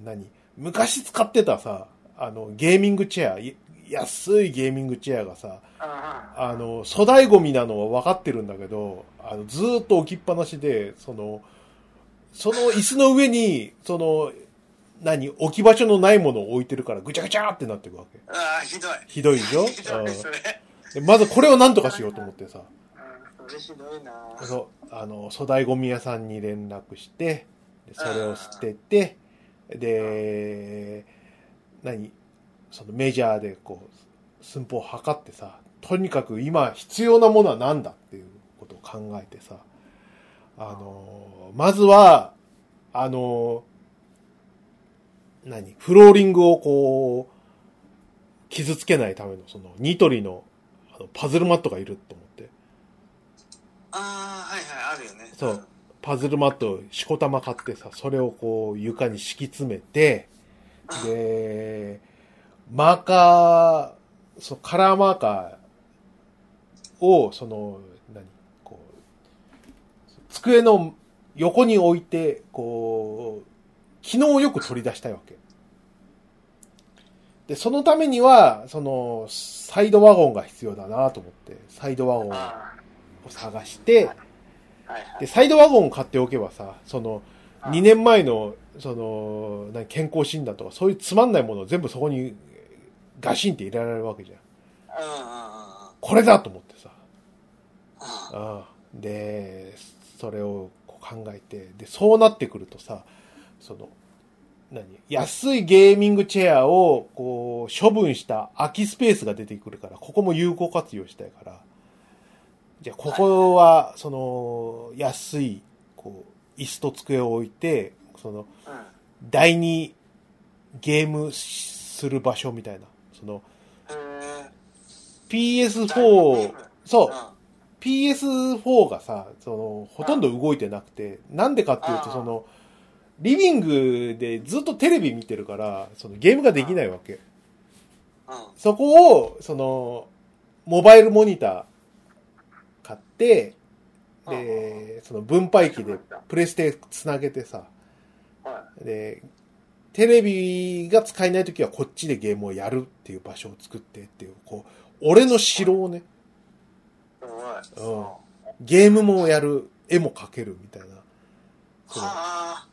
S2: ー何昔使ってたさ、あの、ゲーミングチェア、い安いゲーミングチェアがさ、あの、粗大ゴミなのは分かってるんだけど、あの、ずーっと置きっぱなしで、その、その椅子の上に、その、何置き場所のないものを置いてるから、ぐちゃぐちゃってなってくわけ。
S1: うわーひどい
S2: ひどいでし
S1: ひ
S2: ょ
S1: どいそれ
S2: うんでまずこれを何とかしようと思ってさ、
S1: うんそれひどいな
S2: そう、あの、粗大ゴミ屋さんに連絡して、でそれを捨てて、で、何そのメジャーでこう、寸法を測ってさ、とにかく今必要なものは何だっていうことを考えてさ、あの、まずは、あの、何フローリングをこう、傷つけないための、その、ニトリの、あの、パズルマットがいると思って。
S1: ああはいはいあるよね
S2: そうパズルマット、しこたま買ってさ、それをこう床に敷き詰めて、で、マーカー、そう、カラーマーカーを、その、何、こう、机の横に置いて、こう、昨日よく取り出したいわけ。で、そのためには、その、サイドワゴンが必要だなと思って、サイドワゴンを
S1: あ
S2: 探して、
S1: あ、はいは
S2: で、
S1: い。
S2: サイドワゴンを買っておけばさ、その、
S1: あ
S2: 2年前の、その、何健康診断とか、そういうつまんないものを全部そこにガシンって入れられるわけじゃん。
S1: うんうんうんうん。
S2: これだと思ってさ。
S1: あ
S2: ああでそれをこう考えてでそうなってくるとさその何安いゲーミングチェアをこう処分した空きスペースが出てくるからここも有効活用したいからじゃあここはその安いこう椅子と机を置いてその
S1: うん
S2: 第二ゲームする場所みたいなその
S1: へ
S2: PS4 そう
S1: ー
S2: PS4 がさ、その、ほとんど動いてなくて、なんでかっていう
S1: う
S2: と、
S1: ん
S2: その、リビングでずっとテレビ見てるから、そのゲームができないわけ。
S1: うんうん
S2: そこを、その、モバイルモニター買って、で、その分配器でプレステつなげてさ、
S1: は
S2: で、テレビが使えない時はこっちでゲームをやるっていう場所を作ってっていう、こう、俺の城をね、
S1: い。すごい。
S2: うんゲームもやる、絵も描けるみたいな。そう
S1: はあ。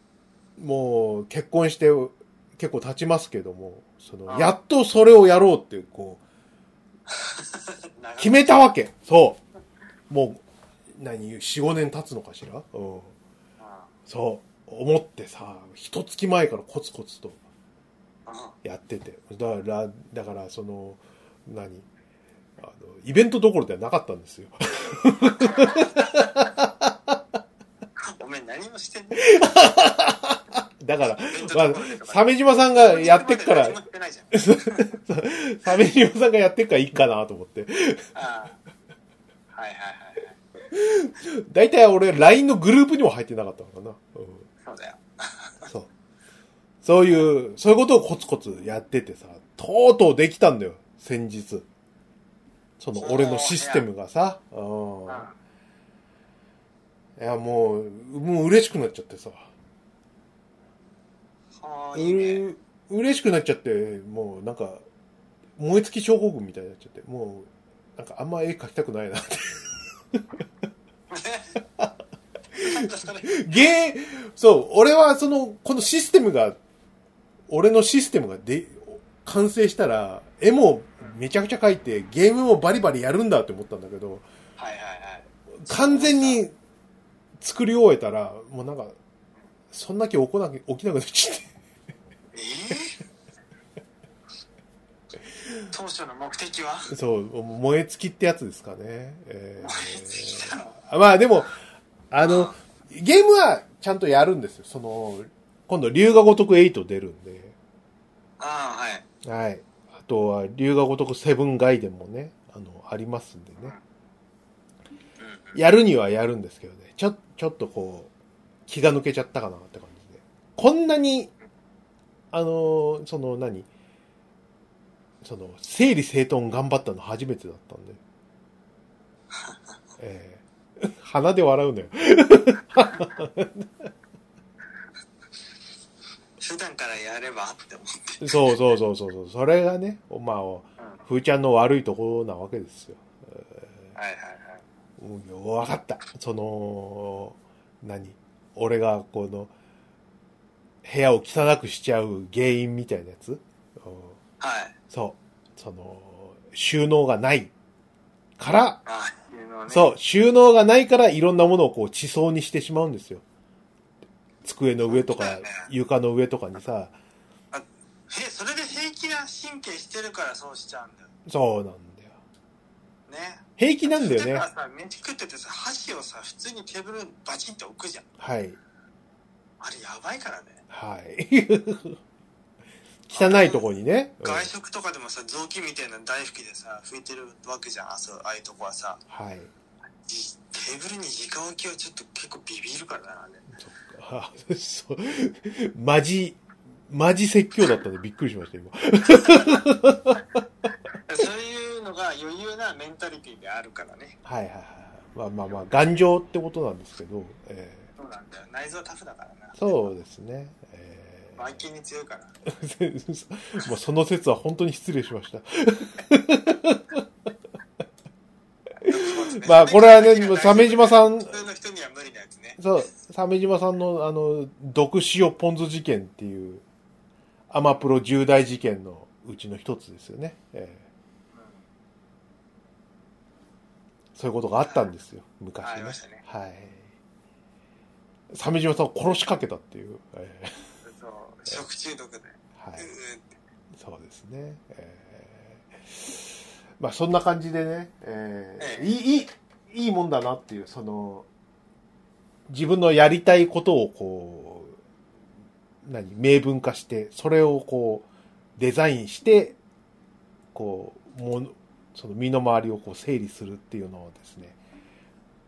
S2: もう結婚して結構経ちますけども、その、
S1: あ
S2: やっとそれをやろうっていう、こう、決めたわけそうもう、何、4、5年経つのかしらうん。そう、思ってさ、一月前からコツコツとやってて。だから、だから、その、何あの、イベントどころではなかったんですよ。
S1: お前何も してない。
S2: だから、ま
S1: ま
S2: あ、鮫島さんがやってっから
S1: 何も、してないじゃん。
S2: 鮫島さんがやってっからいいかなと思って。
S1: ああはいはいはいはい。
S2: 大体俺、LINE のグループにも入ってなかったのかな。うん
S1: そうだよ。
S2: そう。そういう、そういうことをコツコツやっててさ、とうとうできたんだよ、先日。その俺のシステムがさ、うん
S1: うん。あ
S2: いや、もう、もう嬉しくなっちゃってさ。
S1: あ、
S2: う
S1: いいね。
S2: う嬉しくなっちゃって、もうなんか、燃え尽き症候群みたいになっちゃって、もう、なんかあんま絵描きたくないな って。
S1: なんかそれ
S2: ゲー、そう、俺はその、このシステムが、俺のシステムがで、完成したら、絵もめちゃくちゃ描いて、ゲームもバリバリやるんだって思ったんだけど、
S1: はいはいはい。
S2: 完全に作り終えたら、もうなんか、そんな気起こなき、起きなくなっちゃって。
S1: ええ 当初の目的は
S2: そう、燃え尽きってやつですかね。えー
S1: 燃え尽きたの。
S2: まあでも、あの、ゲームはちゃんとやるんですよ。その、今度、龍が如く8出るんで。
S1: ああ、はい。
S2: はい。あとは、龍が如くセブンガイデンもね、あの、ありますんでね。
S1: うんうん。
S2: やるにはやるんですけどね。ちょ、ちょっとこう、気が抜けちゃったかなって感じで。こんなに、あのーその何、その、整理整頓頑張ったの初めてだったんで。ええ鼻で笑うのよ。
S1: 普段からやればって思って。
S2: そうそうそうそうそう。それがね、まあ、ふーちゃんの悪いところなわけですよ。
S1: はいはいはい。
S2: うんわかった。その、何俺が、この、部屋を汚くしちゃう原因みたいなやつ、うん
S1: はい。
S2: そう。その、収納がないから、
S1: ああ、いうのはね。
S2: そう、収納がないからいろんなものをこう地層にしてしまうんですよ。机の上と
S1: そうだ
S2: か
S1: よね、
S2: 床の上とかにさ、
S1: へそれで平気な神経してるからそうしちゃうんだよ
S2: そうなんだよ。
S1: ね
S2: 平気なんだよ
S1: だ
S2: ね
S1: か。らさ飯食っててさ箸をさ普通にテーブルにバチンって置くじゃん
S2: はい。
S1: あれやばいからね
S2: はい。 汚いとこにね。うん
S1: 外食とかでもさ雑巾みたいな大拭きでさ拭いてるわけじゃんあそうああいうとこはさ
S2: はい。
S1: じテーブルに直置きはちょっと結構ビビるからなあれ
S2: そっか。あそう。マジ、マジ説教だったんでびっくりしました、今。
S1: そういうのが余裕なメンタリティであるからね
S2: はいはいはい。まあまあまあ、頑丈ってことなんですけど、え
S1: そうなんだよ内臓はタフだからな
S2: ーそうですね。えー
S1: バイキンに強いから。
S2: まあその説は本当に失礼しました。 まあこれはね、鮫島さん
S1: 普通の人には無理なやつね。
S2: そう、鮫島さんの、あの、毒塩ポン酢事件っていう、アマプロ重大事件のうちの一つですよね。ええそういうことがあったんですよ、昔、
S1: ありましたね。
S2: はい。鮫島さんを殺しかけたっていう。ええ
S1: そう、食中毒で。
S2: は
S1: う
S2: い。
S1: ーって
S2: そうですね。えーまあそんな感じでね、えー
S1: ええ
S2: いい、いい、いいもんだなっていう、その、自分のやりたいことをこう、何、明文化して、それをこう、デザインして、こう、ものその身の回りをこう整理するっていうのをですね、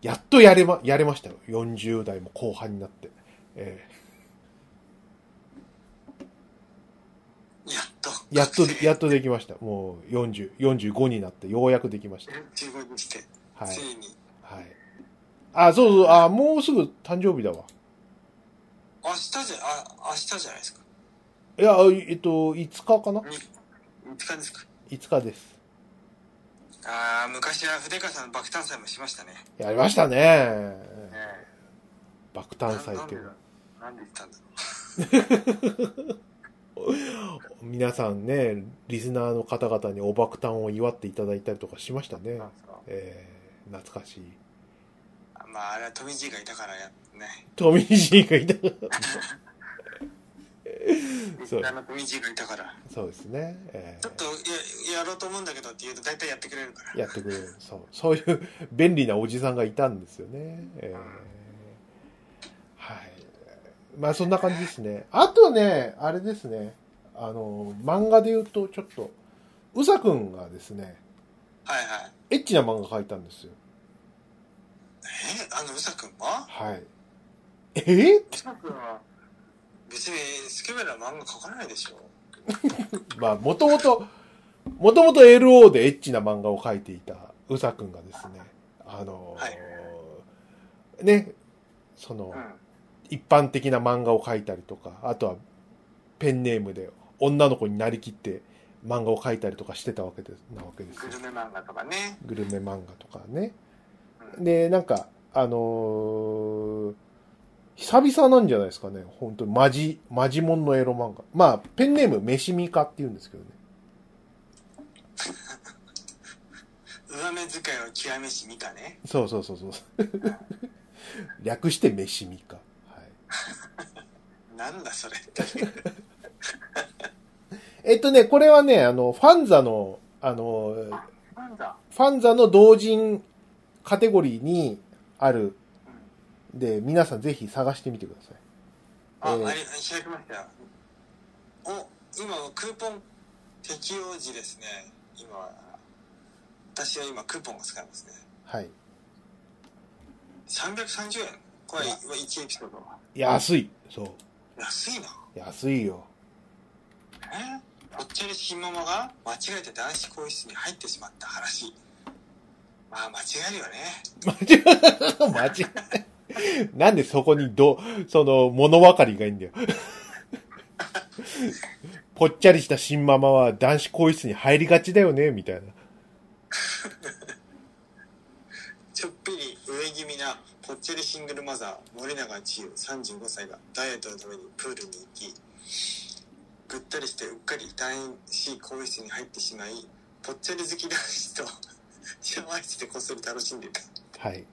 S2: やっとやれま、やれましたよ。40代も後半になって。えー
S1: やっと。
S2: やっと、やっとできました。もう40、45になってようやくできました。
S1: 15にして、
S2: はい
S1: つ。いに。
S2: はい。あ、そうそう、あ、もうすぐ誕生日だわ。
S1: 明日じゃ、あ、明日じゃないですか。
S2: いや、えっと、5日かな
S1: 3日ですか。
S2: ?5 日です。
S1: ああ、昔は筆川さんの爆誕祭もしましたね。
S2: やりましたね。
S1: ね
S2: 爆
S1: え
S2: 誕祭
S1: な
S2: って
S1: んで。だなんで言ったんだろ
S2: 皆さんね、リスナーの方々にお爆誕を祝っていただいたりとかしましたね
S1: う。なん。ですか
S2: えー、懐かしい。
S1: まあ、あれは富士がいたからや、ね。
S2: トミージーがいた。そう
S1: あの富士がいたから。
S2: そうですね。えー
S1: ちょっと、や、やろうと思うんだけどって言うと大体やってくれるから。
S2: やってくれる。そう。そういう便利なおじさんがいたんですよね。えーはい。まあそんな感じですね。あとね、あれですね。あの、漫画で言うとちょっと、うさくんがですね、
S1: はいはい。
S2: エッチな漫画描いたんですよ。
S1: えあの、うさくんは
S2: はい。えー
S1: うさくんは別にスケベな漫画描かないでしょ。
S2: まあもともと、もともと LO でエッチな漫画を描いていたうさくんがですね、あのー
S1: はい
S2: ね、その、
S1: うん。
S2: 一般的な漫画を描いたりとか、あとはペンネームで女の子になりきって漫画を描いたりとかしてたわけですなわけです
S1: グ
S2: よ
S1: ルメ漫画とかね。
S2: グルメ漫画とかね。
S1: うん
S2: で、なんか、あのー久々なんじゃないですかね。本当にマジ、マジモンのエロ漫画。まあ、ペンネーム、メシミカって言うんですけどね。
S1: 上目遣いを極めしみかね。
S2: そうそうそうそう。略してメシミカ。はい。
S1: なんだそれって。
S2: えっとね、これはね、あの、ファンザの、あのー、
S1: なんだ
S2: ファンザの同人カテゴリーにある。で、皆さんぜひ探してみてください。
S1: あ、
S2: えー
S1: あれ、開きましたよ。お、今、クーポン適用時ですね。今は、私は今、クーポンを使いますね。
S2: はい。
S1: 330円これ、
S2: うわ
S1: 1エピソードは。
S2: 安い。そう。
S1: 安いな。
S2: 安いよ。
S1: えぽっちゃりひままが間違えて男子更衣室に入ってしまった話。まあ、間違えるよね。
S2: 間違え、間違え。なんでそこにど、その、物分かりがいいんだよ。 ぽっちゃりした新ママは男子更衣室に入りがちだよね、みたいな。
S1: ちょっぴり上気味なぽっちゃりシングルマザー森永千代35歳がダイエットのためにプールに行きぐったりしてうっかり男子更衣室に入ってしまいぽっちゃり好き男子と シャワー室でこっそり楽しんでいた
S2: はい。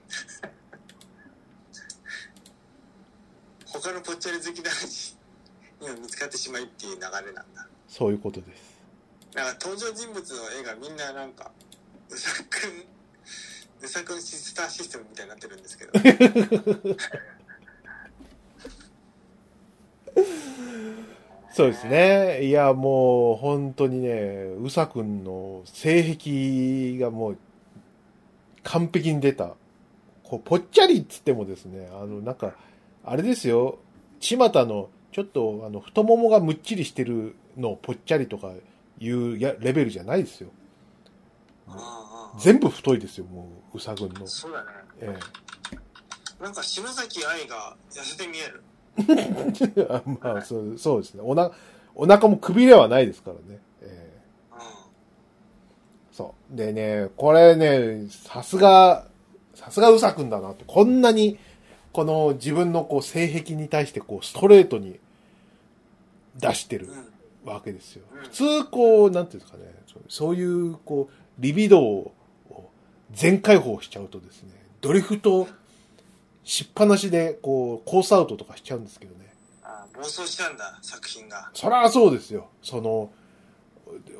S1: 他のぽっちゃり好き男子にも見つかってしまいっていう流れなんだ
S2: そういうことです。
S1: なんか登場人物の絵がみんななんかうさくんうさくんシスターシステムみたいになってるんですけど
S2: そうですね。いや、もう、本当にね、うさくんの性癖がもう、完璧に出た。こう、ぽっちゃりっつってもですね、あの、なんか、あれですよ、巷の、ちょっと、あの、太ももがむっちりしてるのをぽっちゃりとかいうやレベルじゃないですよ。
S1: うんうんうん
S2: 全部太いですよ、もう、うさくんの。
S1: そうだね
S2: ええ
S1: なんか篠崎愛が痩せて見える。
S2: あ まあそう、そうですね。おな、お腹もくびれはないですからね。え
S1: う
S2: ーそう。でね、これね、さすが、さすがうさくんだなって、こんなに、この自分のこう性癖に対してこうストレートに出してる
S1: ん。うん。
S2: わけですよ。
S1: うん
S2: 普通こう、なんていうんですかね、そうそういうこう、リビドーを全開放しちゃうとですね、ドリフトしっぱなしでこう、コースアウトとかしちゃうんですけどね。
S1: あー暴走したんだ、作品が。
S2: そりゃそうですよ。その、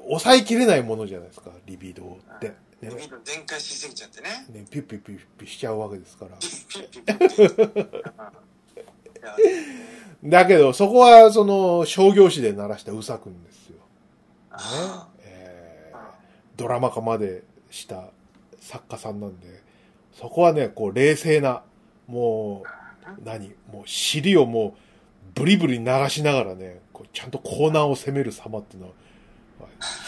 S2: 抑えきれないものじゃないですか、リビドーって。ね
S1: リビド全開しすぎちゃってね。
S2: ね、ピュッピュッピュッピュしちゃうわけですから。
S1: ピッピッピッピッいや
S2: だけど、そこは、その、商業誌で鳴らしたうさくんですよ。
S1: あ
S2: え
S1: ー
S2: ードラマ化までした作家さんなんで、そこはね、こう、冷静な、もう、何もう、尻をもう、ブリブリ鳴らしながらね、こうちゃんとコーナーを攻める様っていうのは、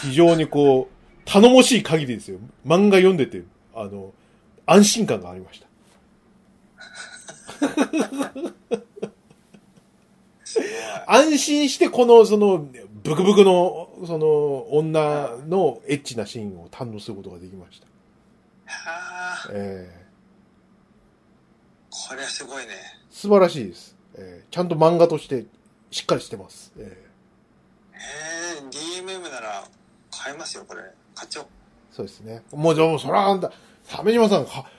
S2: 非常にこう、頼もしい限りですよ。漫画読んでて、あの、安心感がありました。
S1: すごい
S2: 安心してこの、その、ブクブクの、その、女のエッチなシーンを堪能することができました。
S1: あー
S2: えー
S1: これはすごいね。
S2: 素晴らしいです。えーちゃんと漫画としてしっかりしてます。え
S1: えー、DMM なら買えますよ、これ。課長。
S2: ーそうですね。もう、じゃあもうそらあんた、鮫島さん、か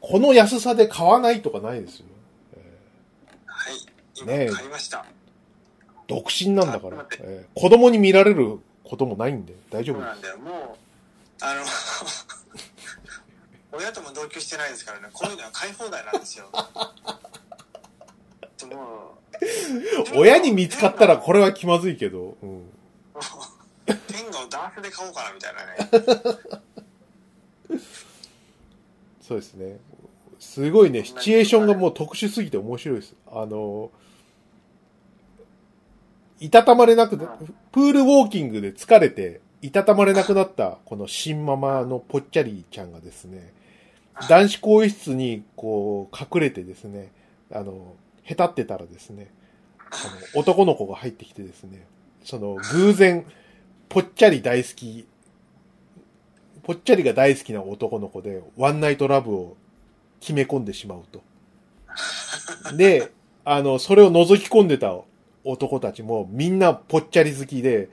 S2: この安さで買わないとかないですよ。
S1: はい。今、
S2: ねえ
S1: 買いました。
S2: 独身なんだか
S1: あ
S2: ら
S1: 待っ、て
S2: えー子供に見られることもないんで大丈
S1: そう
S2: 夫で
S1: なんだよ。もう、あの、親とも同居してないですからね、こういうのは買い放題なんですよ。でも
S2: す。親に見つかったらこれは気まずいけど、うん、
S1: 天下をダンスで買おうかなみたいなね。
S2: そうですね。すごいね、シチュエーションがもう特殊すぎて面白いです。あの、いたたまれなくな、プールウォーキングで疲れて、いたたまれなくなった、この新ママのぽっちゃりちゃんがですね、男子更衣室に、こう、隠れてですね、あの、へたってたらですね、あの、男の子が入ってきてですね、その、偶然、ぽっちゃり大好き、ぽっちゃりが大好きな男の子で、ワンナイトラブを決め込んでしまうと。で、あの、それを覗き込んでた男たちも、みんなぽっちゃり好きで、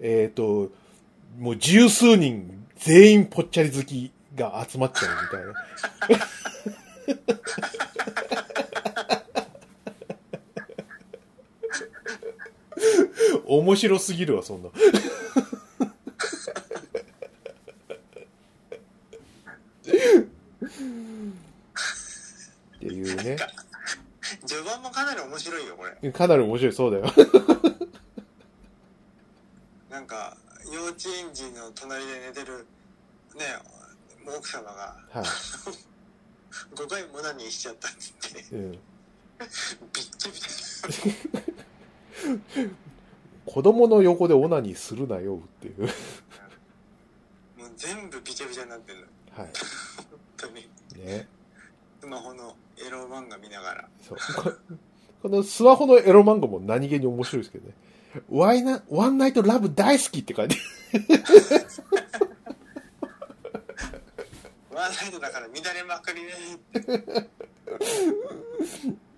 S2: えっ、と、もう十数人全員ぽっちゃり好きが集まっちゃうみたいな。 面白すぎるわ、そんな。っていうね。
S1: 序盤もかなり面白いよ、これ。
S2: かなり面白い、そうだよ。
S1: なんか、幼稚園児の隣で寝てる、ね、奥様が、
S2: はい。
S1: 5回無駄にしちゃったって言って、
S2: うん
S1: びっちびち。
S2: 子供の横でオナニーするなよっていう。
S1: もう全部びちゃびちゃになってるの。本
S2: は
S1: 当に。
S2: い。ね。
S1: スマホのエロ漫画見ながら。
S2: そう。ここのスマホのエロ漫画も何気に面白いですけどね。ワイナ、ワンナイトラブ大好きって書いて
S1: ワンナイトだから乱れまくりね。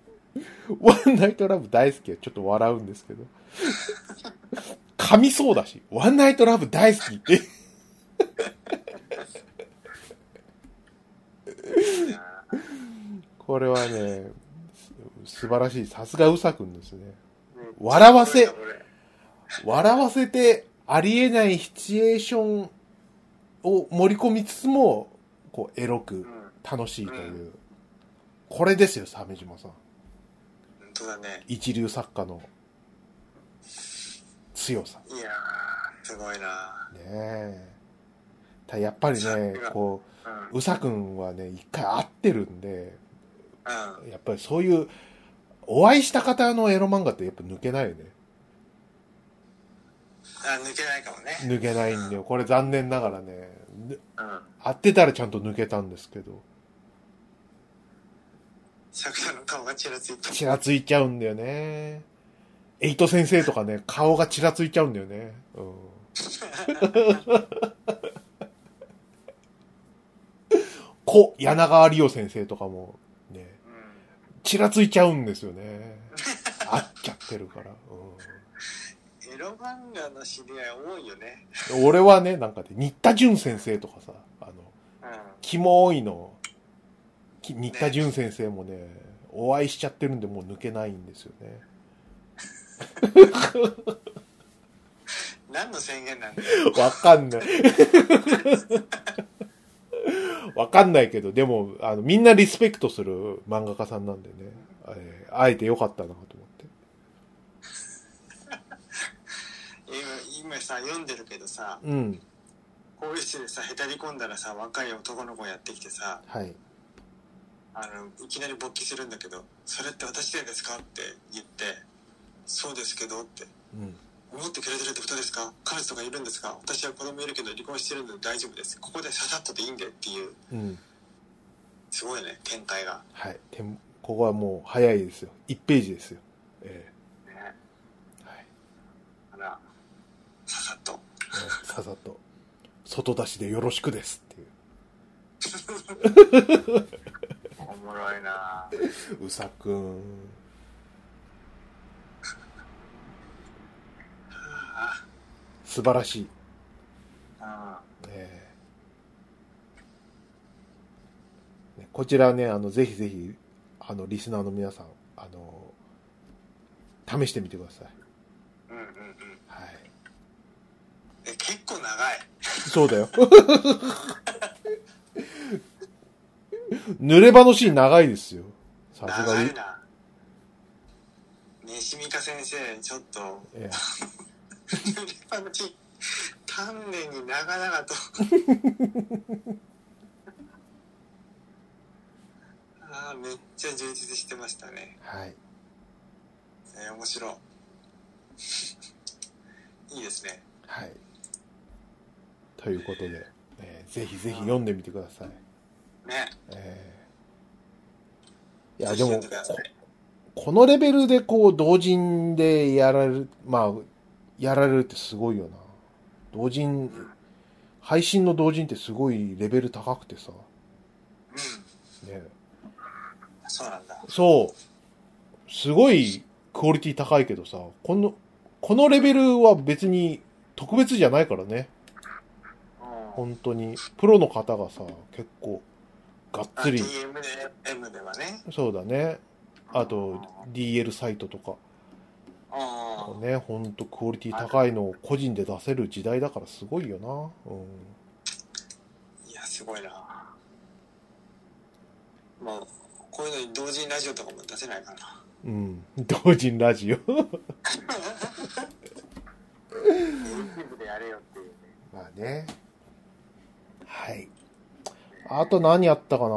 S2: ワンナイトラブ大好きはちょっと笑うんですけど。噛みそうだし、ワンナイトラブ大好きって。
S1: いや
S2: これはね、す素晴らしい。さすがうさくんですね。
S1: ーね
S2: 笑わせ
S1: 面白いなこ
S2: 笑わせてありえないシチュエーションを盛り込みつつも、こう、エロ
S1: れ
S2: く
S1: うん。
S2: 楽しいという。これですよ、鮫島さん。
S1: 本当だね。
S2: 一流作家の強さ。
S1: いやー、すごいな
S2: ねえ。ただやっぱりね、こ
S1: うん。うん。
S2: う、うさくんはね、一回会ってるんで、
S1: うん。
S2: やっぱりそういう、お会いした方のエロ漫画ってやっぱ抜けないよね。
S1: あ、抜けないかもね。
S2: 抜けないんだよ。これ残念ながらね。
S1: うん。
S2: 会ってたらちゃんと抜けたんですけど。
S1: 桜の顔がちらついて
S2: ちらついちゃうんだよね。エイト先生とかね、顔がちらついちゃうんだよね。うん。 子、柳川理央先生とかもね、
S1: う
S2: ちらついちゃうんですよね。合っちゃってるから。
S1: んエロ漫画の知り合い多いよね
S2: うん、俺はね、なんかね、新田淳先生とかさ、あの、
S1: うん
S2: キモいの、き新田淳先生もね、お会いしちゃってるんで、もう抜けないんですよね。
S1: 何の宣言なんだよ
S2: わかんない。わかんないけど、でも、あの、みんなリスペクトする漫画家さんなんでね、えー会えてよかったなと思って。
S1: 今今さ読んでるけどさ
S2: うん。
S1: 更衣室でさへたり込んだらさ若い男の子やってきてさ
S2: はい。
S1: あのいきなり勃起するんだけど「それって私でですか?」って言って「そうですけど」って
S2: うん。
S1: 「思ってくれてるってことですか彼氏とかいるんですか私は子供いるけど離婚してるので大丈夫ですここでささっとでいいんで」っていう
S2: うん。
S1: すごいね展開が
S2: はい。てんここはもう早いですよ。1ページですよ。え
S1: ね
S2: ーはい。
S1: あらささっと
S2: うんささっと、外出しでよろしくですっていう。
S1: おもろいな
S2: うさくん。素晴らしい。
S1: うん
S2: ええねこちらね、あの、ぜひぜひ、あの、リスナーの皆さん、あの、試してみてください。
S1: うんうんうん
S2: はい。
S1: え結構長い
S2: そうだよ。濡れ場のシーン長いですよ。さすが
S1: 長
S2: に
S1: い。な西美香先生ちょっと
S2: え
S1: 丹念に長々と ああめっちゃ充実してましたね
S2: えはい。
S1: えー面白 いいいですね
S2: はい。ということで、ええぜひぜひ読んでみてください。
S1: ね
S2: ええいや、でも
S1: ぜひ読ん、でください
S2: このレベルでこう、同人でやられる、まあ、やられるってすごいよな。同人、配信の同人ってすごいレベル高くてさ。
S1: う
S2: ね。
S1: んそうなんだ
S2: そう。すごいクオリティ高いけどさ、この、このレベルは別に特別じゃないからね。
S1: うん
S2: 本当に。プロの方がさ、結構、がっ
S1: あ
S2: つり。
S1: DMM ではね
S2: そうだね。あと、DL サイトとか。
S1: うん
S2: ね、ほんとクオリティ高いのを個人で出せる時代だからすごいよな。うん。
S1: いや、すごいな。もう、こういうのに同時にラジオとかも出せないかな。
S2: うん。同人ラジオ。
S1: YouTube でやれよっていうね。
S2: まあね。はい。あと何やったかな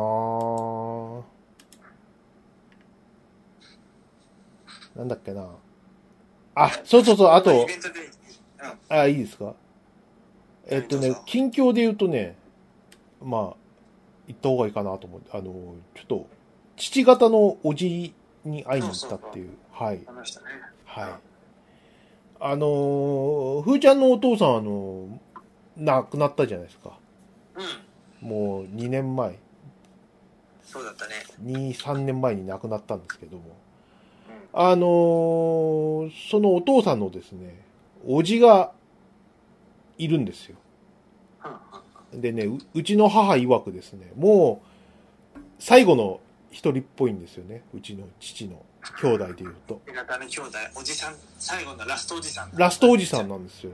S2: なんだっけなあ、そうそうそう、あと
S1: イベ、ントで、うん、
S2: あ、いいですかえっと
S1: どう
S2: ね
S1: ぞ、
S2: 近況で言うとね、まあ、行った方がいいかなと思って、あの、ちょっと、父方のおじに会いに行ったっていう、はい。
S1: 話したね。
S2: はい。あのー、ふーちゃんのお父さん、あのー亡くなったじゃないですか。
S1: うん、
S2: もう2年前、
S1: そうだったね。
S2: 2、3年前に亡くなったんですけども。
S1: うん。
S2: あのーそのお父さんのですね、おじがいるんですよ。でね、ううちの母曰くですね、もう、最後の一人っぽいんですよね。うちの父の兄弟で言うと。
S1: 手形の兄弟、おじさん、最後のラストおじさんだ。
S2: ラストおじさんなんですよ。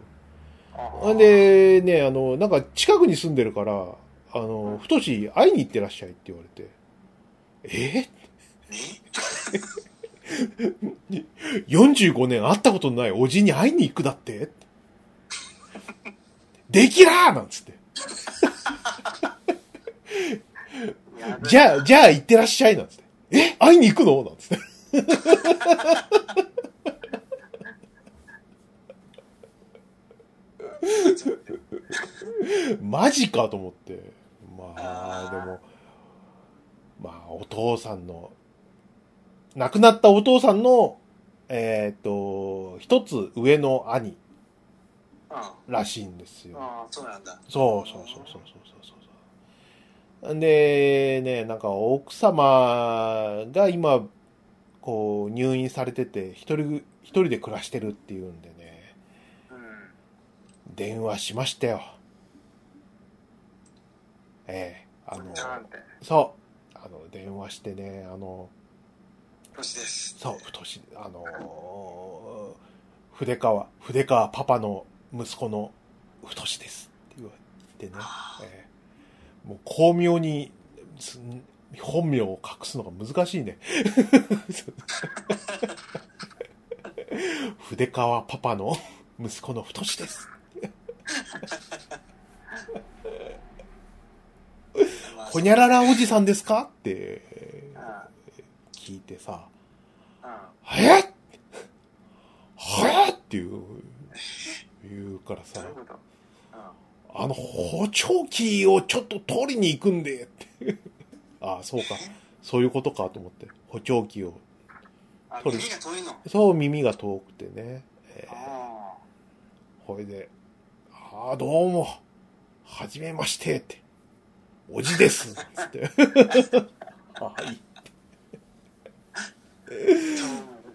S1: あ
S2: ほん、で、ね、あの、なんか近くに住んでるから、あの、ふとし会いに行ってらっしゃいって言われて、え
S1: ね
S2: ?45 年会ったことのないおじに会いに行くだって できらーなんつって。
S1: やべ
S2: じゃあ、じゃあ行ってらっしゃいなんつって。え会いに行くのなんつって。マジかと思って。ま
S1: あ
S2: あ、
S1: ー
S2: でも、まあ、お父さんの亡くなったお父さんの、えっ、と、一つ上の兄
S1: あ
S2: らしいんですよ。
S1: あ、そうなんだ。
S2: そうそうそうそうそうそうそう。で、ね、なんか奥様が今、こう、入院されてて、一人、一人で暮らしてるっていうんでね、
S1: うん。
S2: 電話しましたよ。ええあの、
S1: なんて、
S2: そう、あの、電話してね、あの、
S1: 年です。
S2: そう、太し、あのー筆川、筆川パパの息子の太しですって言われてね、えーもう巧妙にす本名を隠すのが難しいね。筆川パパの息子の太しです。
S1: まあ
S2: ほにゃららおじさんですかって
S1: あ
S2: 聞いてさ、
S1: あ
S2: はやっはやっっていう、言うから
S1: うん。ど
S2: さ
S1: うい、うことあ
S2: あの、補聴器をちょっと取りに行くんで、って。ああ、そうか。そういうことかと思って。補聴器を。
S1: ああ、
S2: 取る
S1: 耳が遠いの。
S2: そう、耳が遠くてね。えー
S1: あ
S2: ほいで、ああ、どうも。はじめまして、って。おじです、つって。ああ、いい。
S1: あ、そ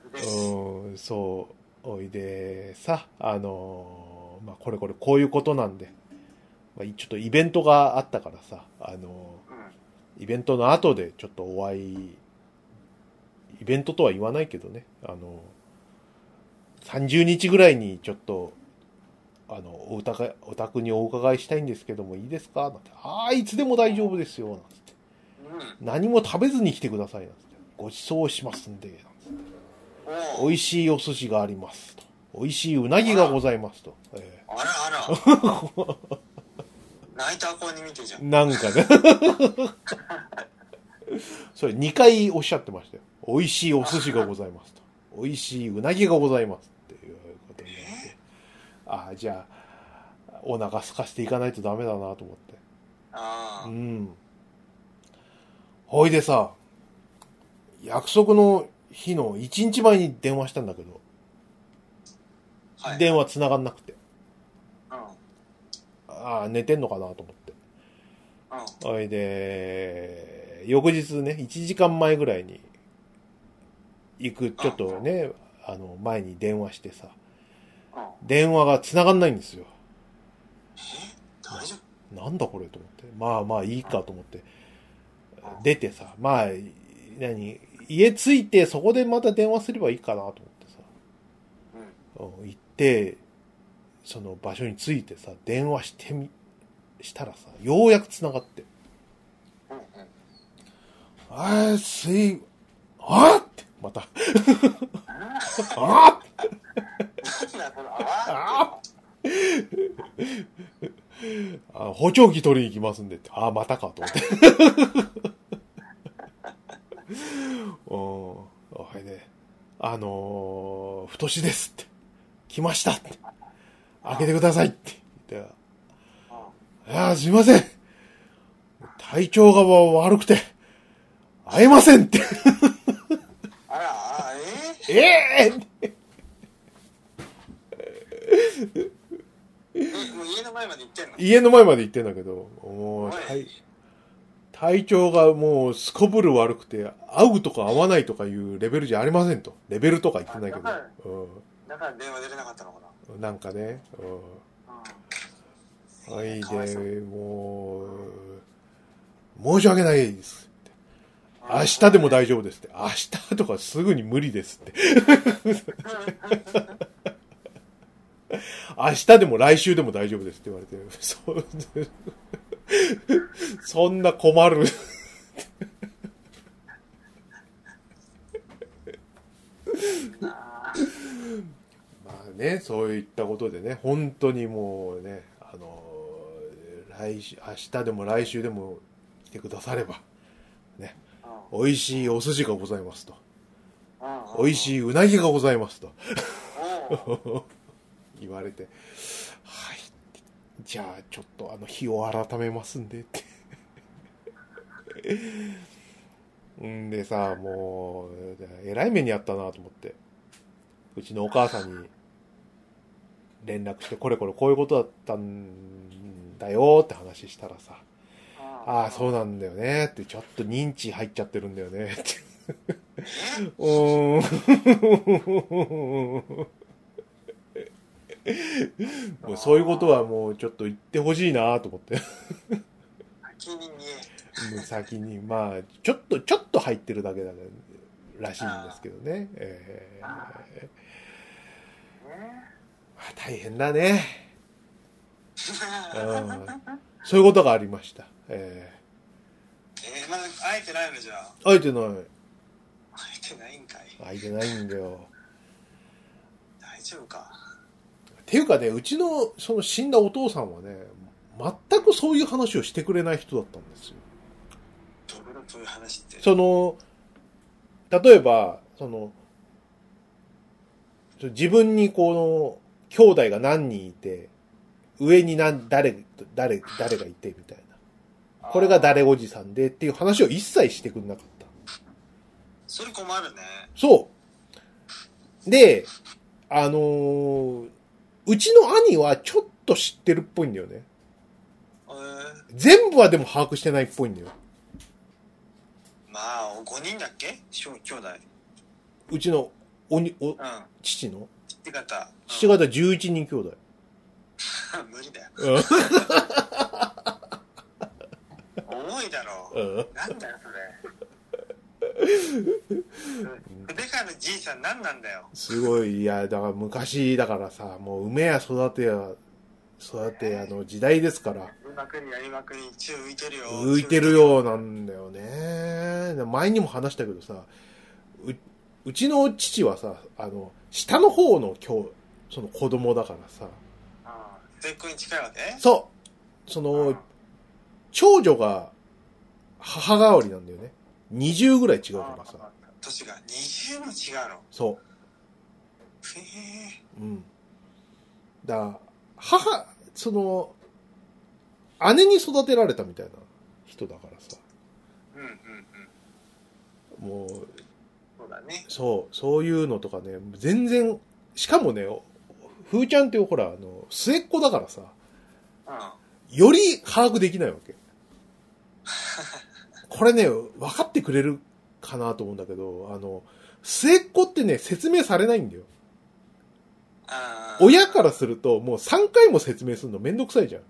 S1: うです。
S2: うん、そう、おいで、さ、あのーまあ、これこれこういうことなんで、まあ、いちょっとイベントがあったからさ、あの
S1: う
S2: ーイベントの後でちょっとお会い、イベントとは言わないけどね、あのー30日ぐらいにちょっと、あの、お伺い、お宅にお伺いしたいんですけどもいいですかなんて、ああ、いつでも大丈夫ですよ、なんつって。
S1: ん。うん。
S2: 何も食べずに来てください、なんつって。ご馳走しますんで、なんつって。
S1: おお。
S2: 美味しいお寿司がありますと。美味しいうなぎがございますと。え
S1: あらあら。 泣いた子に見てじゃ
S2: え
S1: ん。
S2: なんかね。 それ2回おっしゃってましたよ。美味しいお寿司がございますと。美味しいうなぎがございますっていうことになって。ああ、じゃあ、お腹空かせていかないとダメだなと思って。
S1: あ
S2: う
S1: あ。
S2: ん。ほいでさ、約束の日の1日前に電話したんだけど、
S1: はい。
S2: 電話繋がんなくて。
S1: うん。
S2: ああ、寝てんのかなと思って。
S1: うん。
S2: おいで、翌日ね、1時間前ぐらいに、行く、ちょっとね、あの、前に電話してさ、
S1: うん。
S2: 電話が繋がんないんですよ。
S1: 大丈夫
S2: なんだこれと思って。まあまあいいかと思って、出てさ、まあ、何、家着いてそこでまた電話すればいいかなと思ってさ、
S1: うん。
S2: うん行って、その場所に着いてさ、電話してみ、したらさ、ようやく繋がって。
S1: うん。うん。
S2: あー、すい、あーって、また。あ
S1: なんだこの泡
S2: あーあ補聴器取りに行きますんでって。ああ、またかと思って。うん。はいね。あのー、太しですって。来ましたって。開けてくださいって言って。ああ、すいません。体調が悪くて、会えませんって。
S1: あら、あえ
S2: ええ
S1: えもう家の前まで行ってんの
S2: 家の前まで行ってんだけど、もう
S1: はい
S2: 体体調がもうすこぶる悪くて、会うとか会わないとかいうレベルじゃありませんと。レベルとか言ってないけ
S1: あはい
S2: ど。
S1: だから電話出れなかったのかな
S2: うん、なんかね。うん、はい
S1: かわいそう
S2: で、もう、申し訳ないです。明日でも大丈夫ですって。明日とかすぐに無理ですって。明日でも来週でも大丈夫ですって言われて。そうそんな困る。
S1: あ
S2: まあね、そういったことでね、本当にもうね、あのー来週、明日でも来週でも来てくだされば、
S1: ー
S2: 美味しいお寿司がございますと。
S1: うん
S2: 美味しいうなぎがございますと。
S1: おう
S2: 言われて、はい。じゃあ、ちょっ とあの、日を改めますんでって。んでさ、もう、えらい目にあったなと思って。うちのお母さんに連絡して、これこれこういうことだったんだよって話したらさ、ああ、そうなんだよねって、ちょっと認知入っちゃってるんだよねって。うー ん。もうそういうことはもうちょっと言ってほしいなと思って。
S1: 先に見え
S2: の先に、まあ、ちょっと、ちょっと入ってるだけだね、らしいんですけどね。えー
S1: あ
S2: まあ大変だ
S1: る
S2: ね。
S1: ね
S2: うんそういうことがありました。え
S1: えー、まだ会えてないのじゃあ
S2: ー、空いてない。
S1: 会えてないんかい
S2: 空いてないんだよ。
S1: 大丈夫か
S2: っていうかね、うちの、その死んだお父さんはね、全くそういう話をしてくれない人だったんですよ。
S1: どぶろという話って
S2: その、例えば、その、ちょ自分にこの、兄弟が何人いて、上に何、誰、誰、誰がいてみたいな。これが誰おじさんでっていう話を一切してくんなかった。
S1: それ困るね
S2: そう。で、あのーうちの兄はちょっと知ってるっぽいんだよね。
S1: えー、
S2: 全部はでも把握してないっぽいんだよ。
S1: まあ5人だっけ小兄弟
S2: うちの、おに、お
S1: う、ん
S2: 父の。
S1: 父方
S2: 父方11人兄弟。
S1: 方無理だよ
S2: うん
S1: 重いだろ
S2: うん
S1: なんだよそれ筆川のじいさん何なんだよ
S2: すごい、いや、だから昔、だからさ、もう梅や育てや、育てやの時代ですから、
S1: やりまくりやりまくり宙浮いてるよ
S2: 浮いてるようなんだよね。前にも話したけどさ、う、うちの父はさ、あの、下の方の今日、その子供だからさ、
S1: うん絶好に近いわけ
S2: そう、その、長女が母代わりなんだよね。20ぐらい違うからさ、
S1: 年が20も違うの
S2: そう。
S1: へえ
S2: うん。だから母、その、姉に育てられたみたいな人だからさ、
S1: うんうんうん
S2: もう、
S1: そうだね
S2: そう、そういうのとかね、全然、しかもね、おふーちゃんってほら、あの、末っ子だからさ、
S1: うん
S2: より把握できないわけ。これね、分かってくれるかなと思うんだけど、あの、末っ子ってね、説明されないんだよ。
S1: あー
S2: 親からすると、もう3回も説明するのめんどくさいじゃん。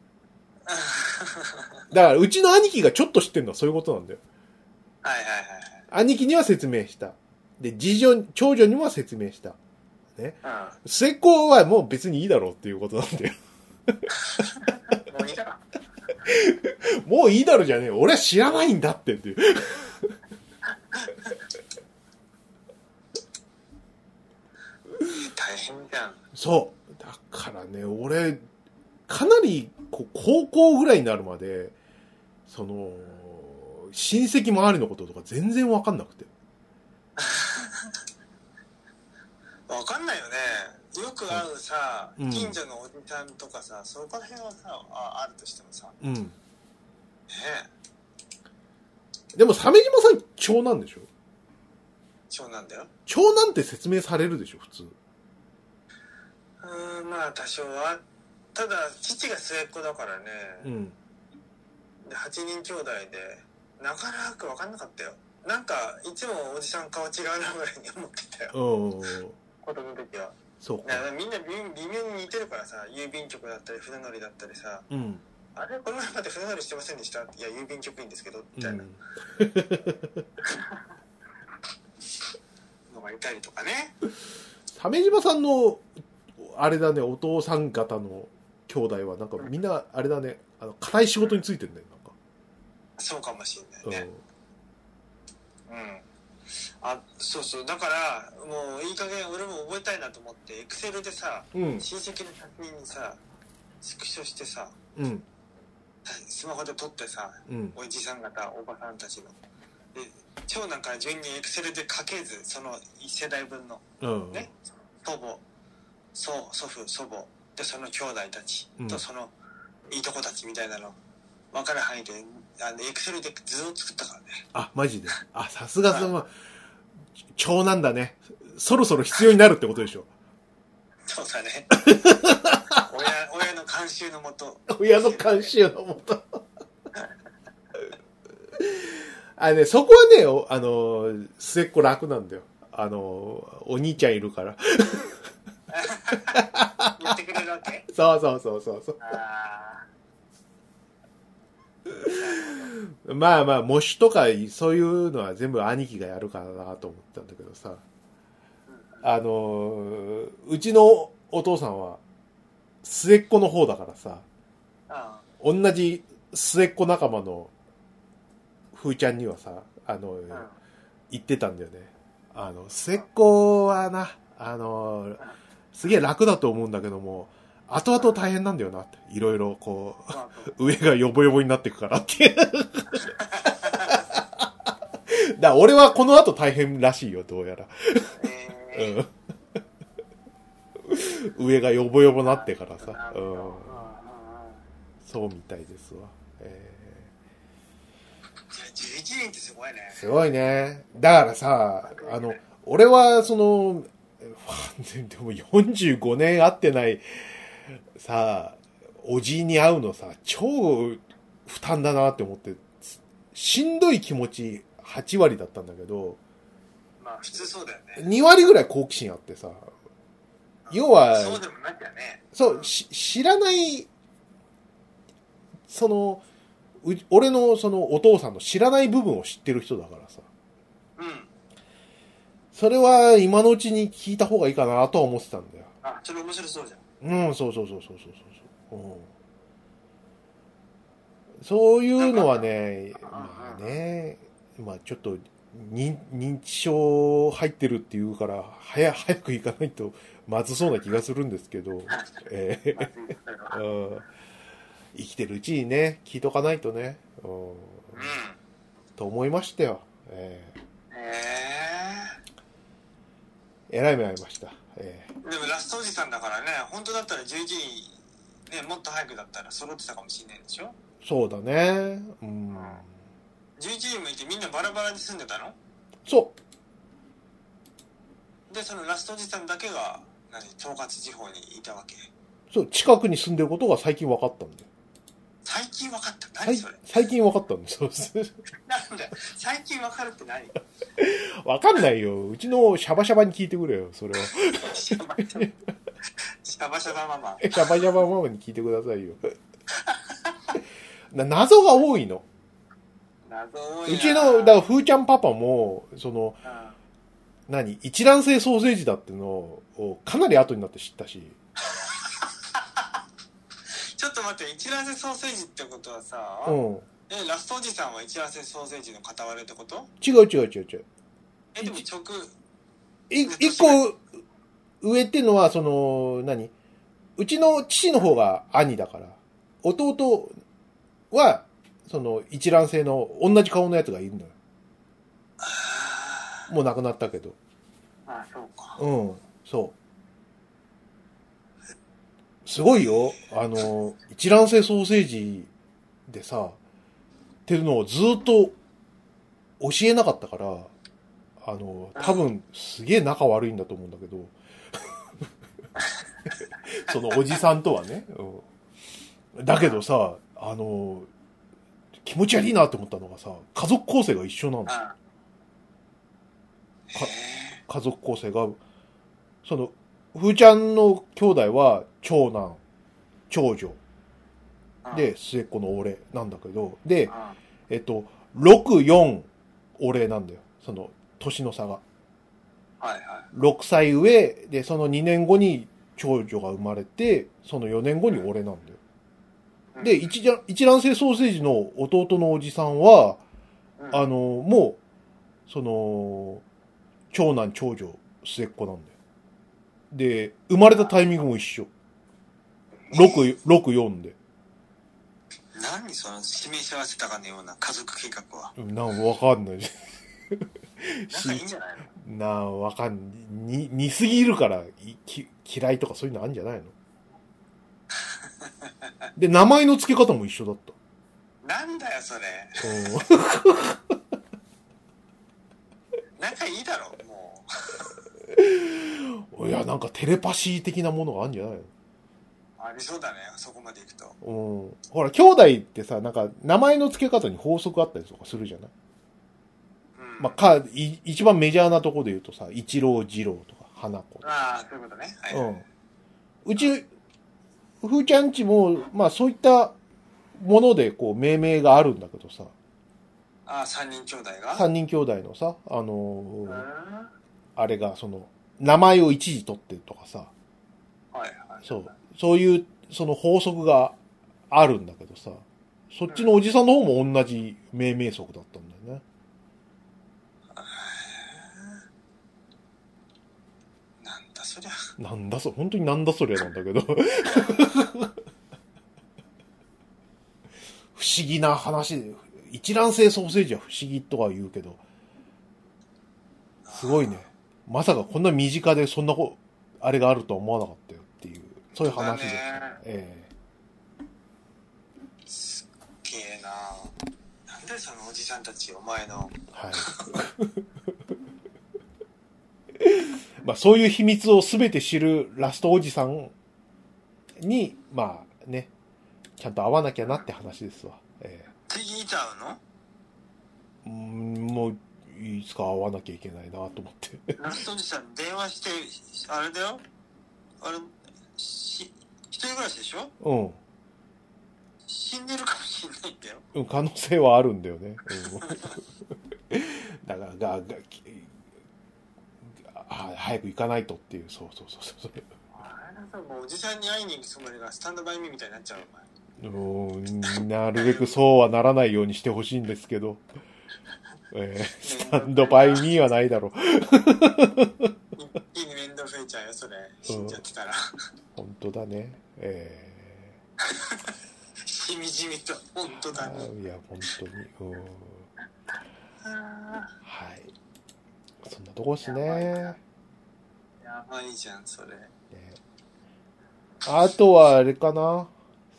S2: だから、うちの兄貴がちょっと知ってるのはそういうことなんだよ。
S1: はいはいはい
S2: 兄貴には説明した。で、次女、長女にも説明した。
S1: はい
S2: 末っ子はもう別にいいだろうっていうことなんだよ。
S1: うんもういいだろ
S2: もういいだろうじゃねえよ。俺は知らないんだってっていう。
S1: 大変じゃん
S2: そう。だからね、俺、かなり、こう、高校ぐらいになるまで、その、親戚周りのこととか全然わかんなくて。
S1: わかんないよねよく会うさ、
S2: うん
S1: 近所のおじさんとかさそこら辺はさああるとしてもさね
S2: うん。
S1: え
S2: でも、鮫島さん、長男でしょ
S1: 長男だよ
S2: 長男って説明されるでしょ、普通。
S1: うーんまあ多少はただ父が末っ子だからね、
S2: うん。
S1: で8人兄弟でなかなか分かんなかったよなんかいつもおじさん顔違うなぐらいに思ってたよ
S2: うん。
S1: 子供の時は
S2: そう
S1: だか
S2: か。
S1: らみんな微微妙に似てるからさ郵便局だったり船乗りだったりさ
S2: うん。
S1: 「あれこの前まで船乗りしてませんでした?」いや郵便局員ですけど」み
S2: う。
S1: たいなんのがいたりとかね、
S2: 鮫島さんのあれだねお父さん方の兄弟はなんかみんなあれだねあの硬い仕事についてるんだよ
S1: そうかもしれない
S2: なん
S1: ね、
S2: か、
S1: うんあそうそうだからもういい加減俺も覚えたいなと思ってエクセルでさ
S2: うんうん
S1: 親戚の確認にさスクショしてさ
S2: うん
S1: スマホで撮ってさ
S2: うん
S1: おじさん方おばさんたちので長男から順にエクセルで書けずその1世代分の
S2: うん
S1: ね祖母祖祖父祖母でその兄弟たち
S2: うん
S1: とそのいいとこたちみたいなの分かる範囲で、あの、エクセルで図を作ったからね。
S2: あ、マジで。あ、さすがその、長男だね。そろそろ必要になるってことでしょ。
S1: そうだね。親、親の監修のもと。
S2: 親の監視のもと。 あのね、そこはね、おあのー、末っ子楽なんだよ。あのー、お兄ちゃんいるから。
S1: やってくれるわけ
S2: そうそうそうそうそ
S1: あ
S2: う。まあまあ、模試とか、そういうのは全部兄貴がやるからなと思ったんだけどさ。あのー、うちのお父さんは、末っ子の方だからさ、
S1: あ。あ
S2: 同じ末っ子仲間の、ふーちゃんにはさ、あのー、
S1: あ。うん。
S2: 言ってたんだよね。あの、末っ子はな、あの、すげえ楽だと思うんだけども、後々大変なんだよなって。いろいろこ
S1: まあ、
S2: う、上がヨボヨボになってくからっていう。だ から俺はこの後大変らしいよ、どうやら。
S1: えー
S2: うん。上がヨボヨボなってからさ。う
S1: うん
S2: ん
S1: うんうん。
S2: そうみたいですわ。え
S1: いや11人ってすごいね
S2: ー、。すごいね。だからさ、あの、俺は、その、でも45年会ってない、さ、おじいに会うのさ、超負担だなって思って、しんどい気持ち8割だったんだけど、
S1: まあ、普通そうだよね。
S2: 2割ぐらい好奇心あってさ、要は、
S1: そうでもなきゃね。
S2: そう、し知らない、その、う俺のそのお父さんの知らない部分を知ってる人だからさ、
S1: うん。
S2: それは今のうちに聞いた方がいいかなとは思ってたんだよ。
S1: あ、それ面白そうじゃん。
S2: うん、そうそうそうそうそうそうそう、うん。そういうのはね、
S1: なんか
S2: まあね、まあちょっと認認知症入ってるっていうから、早早く行かないとまずそうな気がするんですけど、え
S1: まずいそれは
S2: えうん生きてるうちにね、聞いとかないとね、うん
S1: うん。
S2: と思いましたよ。え
S1: え
S2: ええらい目に遭いました。ええ
S1: ー。でもラストおじさんだからね、本当だったら11人、ね、もっと早くだったら揃ってたかもしれないでしょ
S2: そうだね、うん。
S1: ?11 人もいてみんなバラバラに住んでたの
S2: そう、
S1: で、そのラストおじさんだけが、何、統括地方にいたわけ。
S2: そう、近くに住んでることが最近分かったんだよ。
S1: 最近分かった。
S2: さ
S1: 何
S2: い
S1: それ。
S2: 最近分かったんです。そう です
S1: なんだよ最近分かるって何
S2: 分かんないよ。うちのシャバシャバに聞いてくれよ、 それを。シ
S1: シャバシャバシャバシャバママ。
S2: ャバシャバママに聞いてくださいよ。な謎が多いの。
S1: 謎多いな
S2: うちの、だから、ふーちゃんパパも、その、
S1: うん
S2: 何、一卵性ソーセージだってのを、かなり後になって知ったし、
S1: ちょっと待って、一卵性ソーセージってことはさ、
S2: うん。
S1: え、ラストおじさんは一卵性ソーセージの片割れってこと
S2: 違う違う違う違う。
S1: え、でも直、
S2: い一個上っていうのは、その、何うちの父の方が兄だから、弟は、その、一卵性の同じ顔のやつがいるのよ。
S1: あ
S2: もう亡くなったけど。
S1: あ、そうか。
S2: うん、そう。すごいよ。あの、一卵性ソーセージでさ、っていうのをずっと教えなかったから、あの、多分すげえ仲悪いんだと思うんだけど、 そのおじさんとはね。うん、だけどさ、あの、気持ち悪いなって思ったのがさ、家族構成が一緒なの。
S1: あ
S2: か家族構成が、その、ふーちゃんの兄弟は長男、長女、
S1: あ、
S2: で、末っ子の俺なんだけど、で
S1: うん、、あ
S2: えっと、6、4、俺なんだよ。その、年の差が。
S1: あはいは
S2: 6歳上、で、その2年後に長女が生まれて、その4年後に俺なんだよ。
S1: い。
S2: で、
S1: うん、
S2: 一卵一卵性ソーセージの弟のおじさんは、
S1: うん
S2: あの、もう、その、長男、長女、末っ子なんだよ。で、生まれたタイミングも一緒。6、6、4で。
S1: 何その示し合わせたかのような家族計画 は。
S2: なん、わかんない。
S1: 仲いいんじゃないの
S2: なあ、わかん、に、似すぎるから、いき嫌いとかそういうのあるんじゃないので、名前の付け方も一緒だった。
S1: なんだよそれ仲いいだろもう
S2: うん いや、なんかテレパシー的なものがあるんじゃないの
S1: ありそうだねそこまでいくと
S2: うん。ほら、兄弟ってさ、なんか、名前の付け方に法則あったりとかするじゃない
S1: うん
S2: まあ、か、い一番メジャーなとこで言うとさ、一郎二郎とか、花子とか。
S1: ああそういうことねはい、
S2: うん。うち、ふーちゃんちも、まあ、そういったもので、こう、命名があるんだけどさ、
S1: ああ三人兄弟が
S2: 三人兄弟のさ、あ
S1: う
S2: の
S1: ん
S2: ー
S1: は
S2: あれが、その、名前を一時取ってとかさ、
S1: いはい
S2: そう、そういう、その法則があるんだけどさ、そっちのおじさんの方も同じ命名則だったんだよね。
S1: なんだそりゃ
S2: なんだそ、本当になんだそりゃなんだけ ど。不思議な話で、一卵性ソーセージは不思議とは言うけど、すごいね。まさかこんな身近でそんなこ、あれがあるとは思わなかったよっていう、そういう話で
S1: だ
S2: す。
S1: ね
S2: え
S1: すっげえななんでそのおじさんたちお前の
S2: えはい。 まあそういう秘密をすべて知るラストおじさんに、まあね、ちゃんと会わなきゃなって話ですわ。ええ
S1: 次いつ会うの
S2: うーんもう、いつか会わなきゃいけないなと思って。
S1: ラストおじさん電話してあれだよあれし一人暮らしでしょ
S2: うん
S1: 死んでるかもしれないんだよ
S2: うん。可能性はあるんだよね。うん、 だから、が、が、きあ早く行かないとっていう、そうそうそうそう。
S1: あれだもうおじさんに会いに行くつもりがスタンドバイミーみたいになっちゃうお前
S2: うーんなるべくそうはならないようにしてほしいんですけど、 えースタンドバイミーはないだろう。
S1: 一気に面倒増えちゃうよそれ死んじゃってたら、
S2: 本当だね。え
S1: しみじみと本当
S2: ー
S1: だね
S2: いや、本当に。うん
S1: あ
S2: はい。そんなとこです
S1: やばい
S2: ね
S1: な。ーやばいじゃんそれ
S2: ねあとはあれかな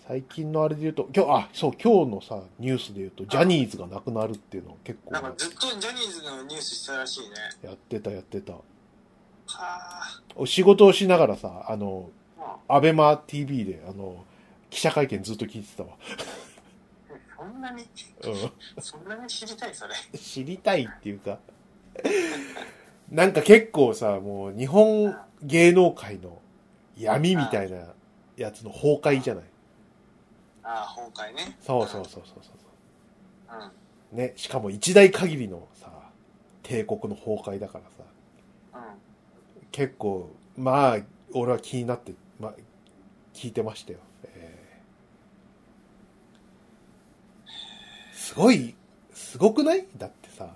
S2: 最近のあれで言うと、今日、あ、そう、今日のさ、ニュースで言うと、ジャニーズがなくなるっていうのを結構
S1: なんかずっとジャニーズのニュースしてたらしいね
S2: やってた、やってた。
S1: は
S2: お仕事をしながらさ、あの、
S1: あ
S2: アベマ TV で、あの、記者会見ずっと聞いてたわ。
S1: そんなに
S2: う
S1: そんなに知りたいそれ
S2: ん。知りたいっていうか。なんか結構さ、もう日本芸能界の闇みたいなやつの崩壊じゃない
S1: ああ崩壊ね
S2: そうそうそうそうそう。
S1: うんうん
S2: ね、しかも一代限りのさ、帝国の崩壊だからさ、結構、まあ、俺は気になって、まあ、聞いてましたよ。えーすごい、すごくないだってさ、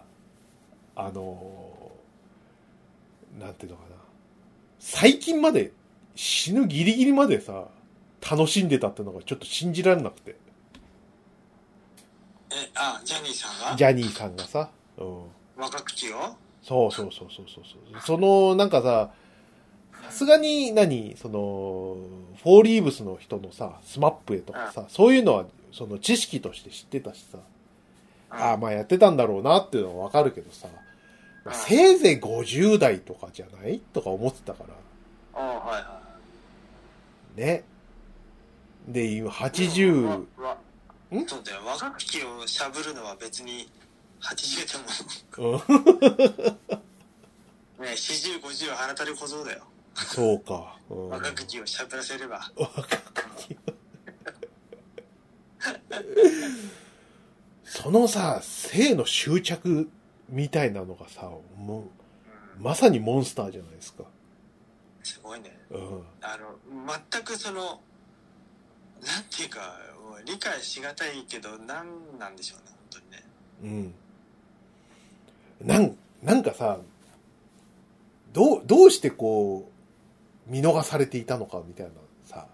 S2: あのーなんていうのかな。最近まで、死ぬギリギリまでさ、楽しんでたってのがちょっと信じられなくて。
S1: えあジャニーさん
S2: ジ
S1: が
S2: ャニーさんがさ、うん。
S1: 若口を
S2: そうそうそうそうそうそう。その、なんかさ、さすがに何、その、フォーリーブスの人のさ、スマップへとかさ、そういうのは、その知識として知ってたしさ、ああ、まあやってたんだろうなっていうのはわかるけどさ、まあ
S1: うん
S2: せいぜい50代とかじゃないとか思ってたから、
S1: ああはいは
S2: ね。で、今
S1: い
S2: 80、
S1: わわ
S2: ん
S1: そうだよ若口をしゃぶるのは別に80でも
S2: うん、
S1: ね4050は鼻たり小僧だよ
S2: そうか。うん
S1: 若口をしゃぶらせれば
S2: そのさ、性の執着みたいなのがさ、もう、
S1: うん
S2: まさにモンスターじゃないですか。
S1: すごいね
S2: うん。
S1: あの全くそのなんていうかもう理解しがたいけどなんなんでしょうね本当にね
S2: うん。なん、なんかさ、どう、どうしてこう、見逃されていたのかみたいなさ、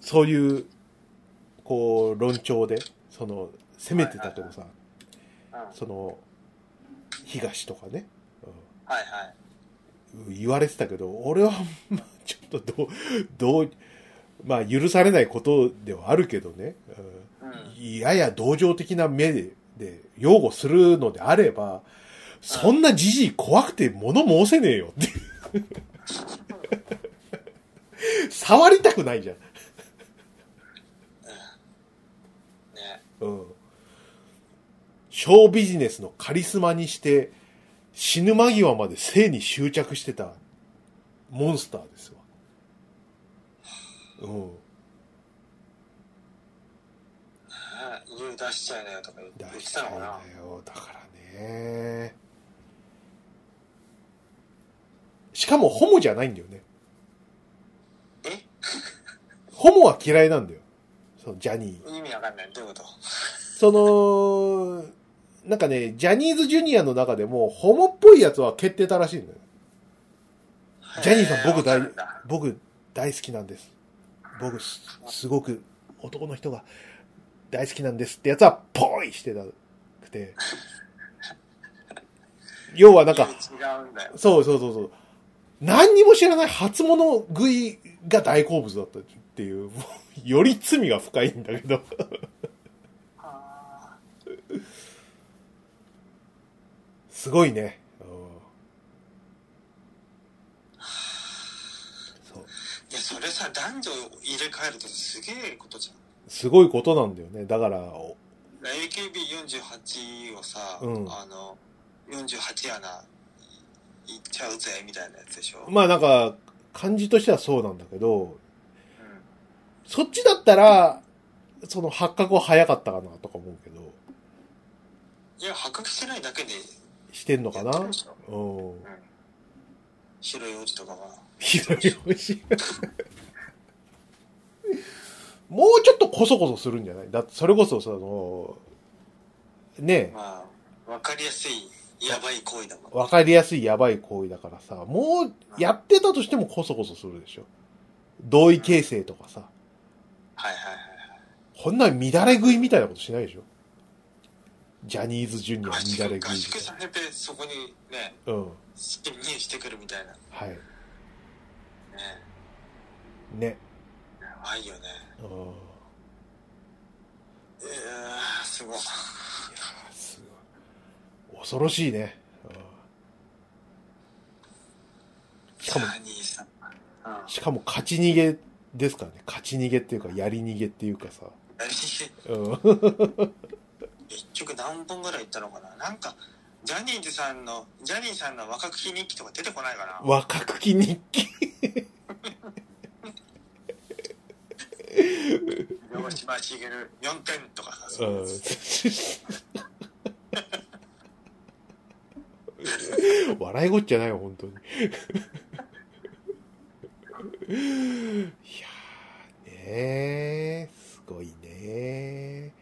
S2: そういう、こう、論調で、その、攻めてたけどさ、
S1: うんうん
S2: その、東とかね、
S1: はいはい
S2: うん言われてたけど、俺は、まあ、ちょっとどう、どう、まあ許されないことではあるけどね、
S1: うん
S2: うん、やや同情的な目でで擁護するのであれば、そんなじじい怖くて物申せねえよっていう。触りたくないじゃん。
S1: ね
S2: うん。ショービジネスのカリスマにして、死ぬ間際まで性に執着してたモンスターですわ。うん。
S1: ね言う出しちゃいなよとか言って言
S2: 出
S1: っ
S2: してた
S1: た
S2: い
S1: の
S2: ん
S1: か
S2: だ
S1: な
S2: よ。だからね。しかもホモじゃないんだよね。
S1: え
S2: ホモは嫌いなんだよ。そのジャニー。
S1: 意味わかんないどういうこと
S2: その、なんかね、ジャニーズジュニアの中でも、ホモっぽいやつは決定たらしいんだよ。ジャニーさん
S1: へ
S2: 僕大
S1: わかるんだ
S2: 僕、大好きなんです。僕、すすごく、男の人が大好きなんですってやつは、ポイしてたくて。要はなんか、
S1: いや違うん だよ
S2: そうそうそうそう。何にも知らない初物食いが大好物だったっていう、 もうより罪が深いんだけど。
S1: あ
S2: すごいね。うんそう。
S1: ーいやそれさ男女入れ替えるとすげえことじゃん
S2: すごいことなんだよね。だから、お
S1: AKB48 をさ、
S2: うん
S1: あの48穴いっちゃうぜみたいなやつでしょ、
S2: まあなんか、感じとしてはそうなんだけど、
S1: うん
S2: そっちだったら、その発覚は早かったかなとか思うけど、
S1: いや破格してないだけで
S2: してんのか
S1: やってる
S2: な
S1: でしょ
S2: うん。
S1: 白い王子とかが
S2: ひどいおしい。もうちょっとこそこそするんじゃないだってそれこそ、その、ねえ、
S1: まあわかりやすいやばい行為だもん
S2: わかりやすいやばい行為だからさ、もうやってたとしてもこそこそするでしょ。同意形成とかさ、
S1: はいはいはい
S2: こんな乱れ食いみたいなことしないでしょ。ジャニーズジュニア
S1: 合宿
S2: 乱れ
S1: 合
S2: 食い
S1: 宿
S2: みた
S1: さ
S2: い
S1: れてそこにね
S2: な。うん。
S1: 侵入してくるみたいなね
S2: はい。ね。
S1: やばいよね
S2: うん。
S1: えー、すごい
S2: あすごい恐ろしいね。うん
S1: ジ
S2: しかも、
S1: ャニーさんうん
S2: しかも勝ち逃げですからね。勝ち逃げっていうか、やり逃げっていうかさ。
S1: やりきれ
S2: うん。
S1: 結局何本ぐらい行ったのかななんかジャニーズさんのジャニーさんの若き日日記とか出てこないかな
S2: 若くき日記。
S1: 城島茂4点とかさ、
S2: う
S1: そうんです
S2: 笑いごっちゃないよ、本当に。いやーねー、すごいね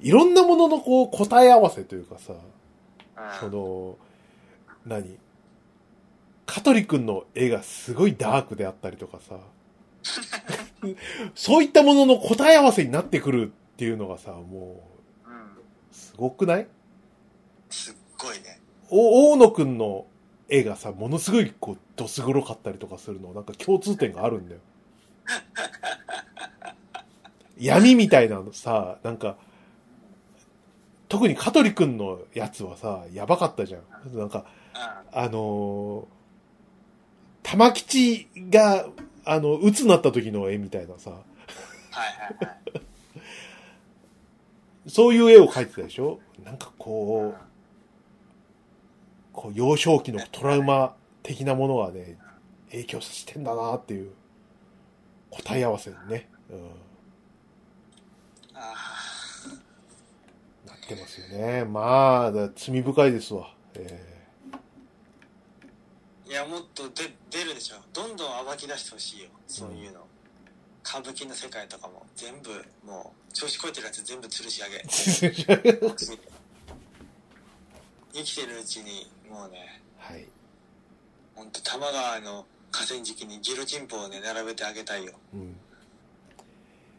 S2: ー。いろんなもののこう答え合わせというかさ、そ
S1: うん
S2: の、何香取くんの絵がすごいダークであったりとかさ、そういったものの答え合わせになってくるっていうのがさ、も
S1: うん、
S2: う、すごくない
S1: すっごいね
S2: お大野くんの絵がさ、ものすごいこう、どす黒かったりとかするの、なんか共通点があるんだよ。闇みたいなのさ、なんか、特に香取くんのやつはさ、やばかったじゃん。なんか、
S1: あ
S2: あのー玉吉が、あの、鬱になった時の絵みたいなさ、
S1: はいはいはい
S2: そういう絵を描いてたでしょなんか
S1: う
S2: こ
S1: ん
S2: う、こう幼少期のトラウマ的なものがね、影響してんだなっていう答え合わせにね、うん、
S1: あ
S2: なってますよね。まあ、だ罪深いですわ。え
S1: ーいやもっとで出るでしょどんどん暴き出してほしいよそういうの、歌舞伎の世界とかも全部もう調子こいてるやつ全部吊るし上 げ
S2: ー
S1: 生きてるうちにもうね
S2: はい。
S1: ほんと多摩川の河川敷にギロチンポをね並べてあげたいよ
S2: うん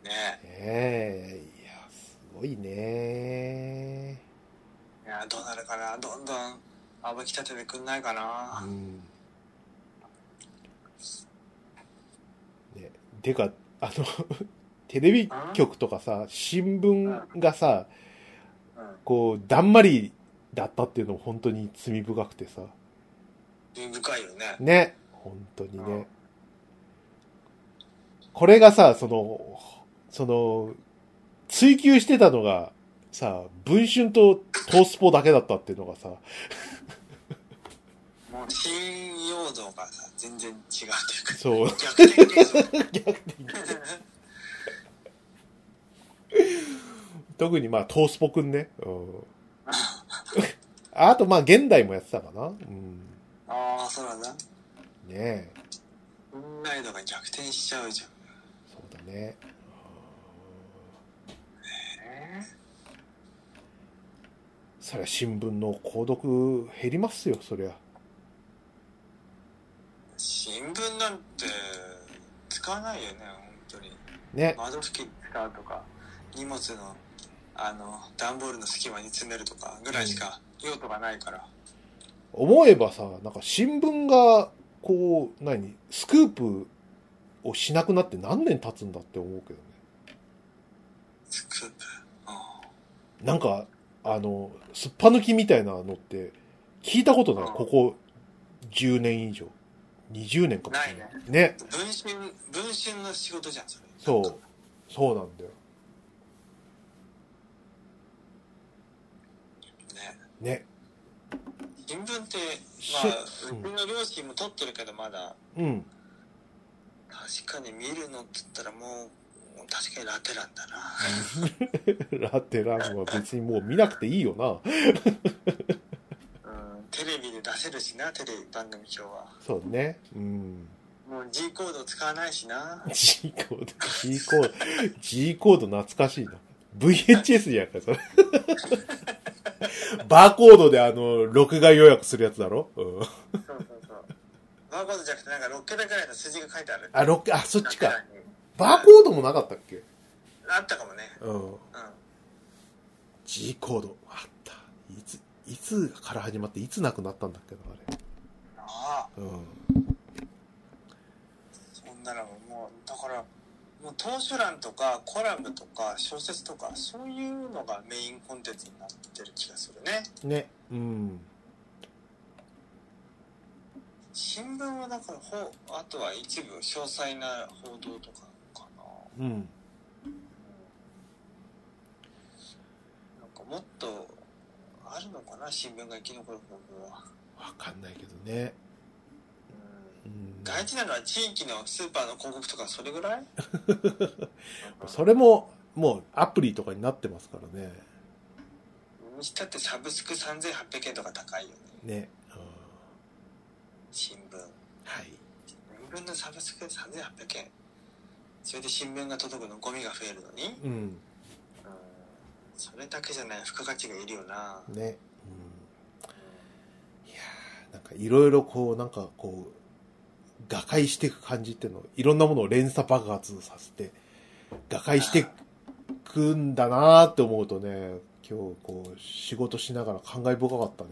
S1: ね
S2: ねえいや、すごいね。
S1: いやどうなるかなどんどん暴き立ててくんないか
S2: う
S1: な、
S2: ん。ね、てか、あの、 テレビ局とかさ、新聞がさ、
S1: うん
S2: こう、だんまりだったっていうのも本当に罪深くてさ。
S1: 深いよね。
S2: ね。本当に
S1: うん
S2: ね。これがさ、その、その、追求してたのが、さ、文春とトースポだけだったっていうのがさ、
S1: もう信用度がさ、全然違うというか、
S2: そう、
S1: 逆転現象。
S2: 逆に特にまあ、トースポくんね。うん。あとまあ、現代もやってたかな。うん。
S1: ああ、そうだな。
S2: ねえ。
S1: 信頼度が逆転しちゃうじゃん。
S2: そうだね。そりゃ新聞の購読減りますよ、そりゃ。
S1: 新聞なんて使わないよね、本当に。
S2: ね。
S1: 窓拭き使うとか、荷物の、あの、段ボールの隙間に詰めるとかぐらいしか用途がないから。
S2: 思えばさ、なんか新聞が、こう、何、スクープをしなくなって何年経つんだって思うけどね。
S1: スクープ。あ
S2: なんか、あの、すっぱ抜きみたいなのって、聞いたことない。
S1: うん
S2: ここ10年以上。20年かもしれない。ね。
S1: ー分身、分身の仕事じゃん、それ。
S2: そう。そうなんだよ。
S1: ね。
S2: ね。
S1: 新聞って、
S2: し
S1: まあ、
S2: う
S1: うんちの両親も撮ってるけど、まだ、
S2: うん。
S1: 確かに見るのって言ったらもう、もう確かにラテランだな。
S2: ラテランは別にもう見なくていいよな。
S1: うん、テレビで出せるしな、テレビ番組表は。
S2: そうね。うん。
S1: もう G コード使わないしな。
S2: G コード、G コード、G コード懐かしいな。VHS じゃん か、それ。バーコードであの、録画予約するやつだろうん。
S1: そうそうそう。 バーコードじゃなくて、なんか6桁ぐらいの数字が書いてある。
S2: あ、録、あ、そっち
S1: ラテ
S2: か。
S1: ランに
S2: バーコードもなかったっけ
S1: あったかもね。
S2: うん。
S1: う
S2: G コード。あった。いつ、いつから始まって、いつなくなったんだっけな、あ
S1: ん。ああ、
S2: れ。うん。
S1: そんなのもう、だから、もう投手欄とかコラムとか小説とか、そういうのがメインコンテンツになってる気がするね。
S2: ね。うん。
S1: 新聞はだからほ、あとは一部詳細な報道とかかな。
S2: うん。
S1: なんかもっとあるのかな、新聞が生き残る方法は。
S2: わかんないけどね。
S1: うん
S2: うん。
S1: 大事なのは地域のスーパーの広告とかそれぐらい
S2: それも、もうアプリとかになってますからね。
S1: にしたってサブスク3800円とか高いよね
S2: ね。うん
S1: 新聞
S2: はい。
S1: 新聞のサブスク3800円それで新聞が届くのゴミが増えるのに、うん、
S2: うん。
S1: それだけじゃない付加価値がいるよな、
S2: ね。うん、いやーなんかいろいろこう、なんかこう、瓦解していく感じっていうのを、いろんなものを連鎖爆発させて、瓦解していくんだなーって思うとね、今日こう、仕事しながら感慨深かったね。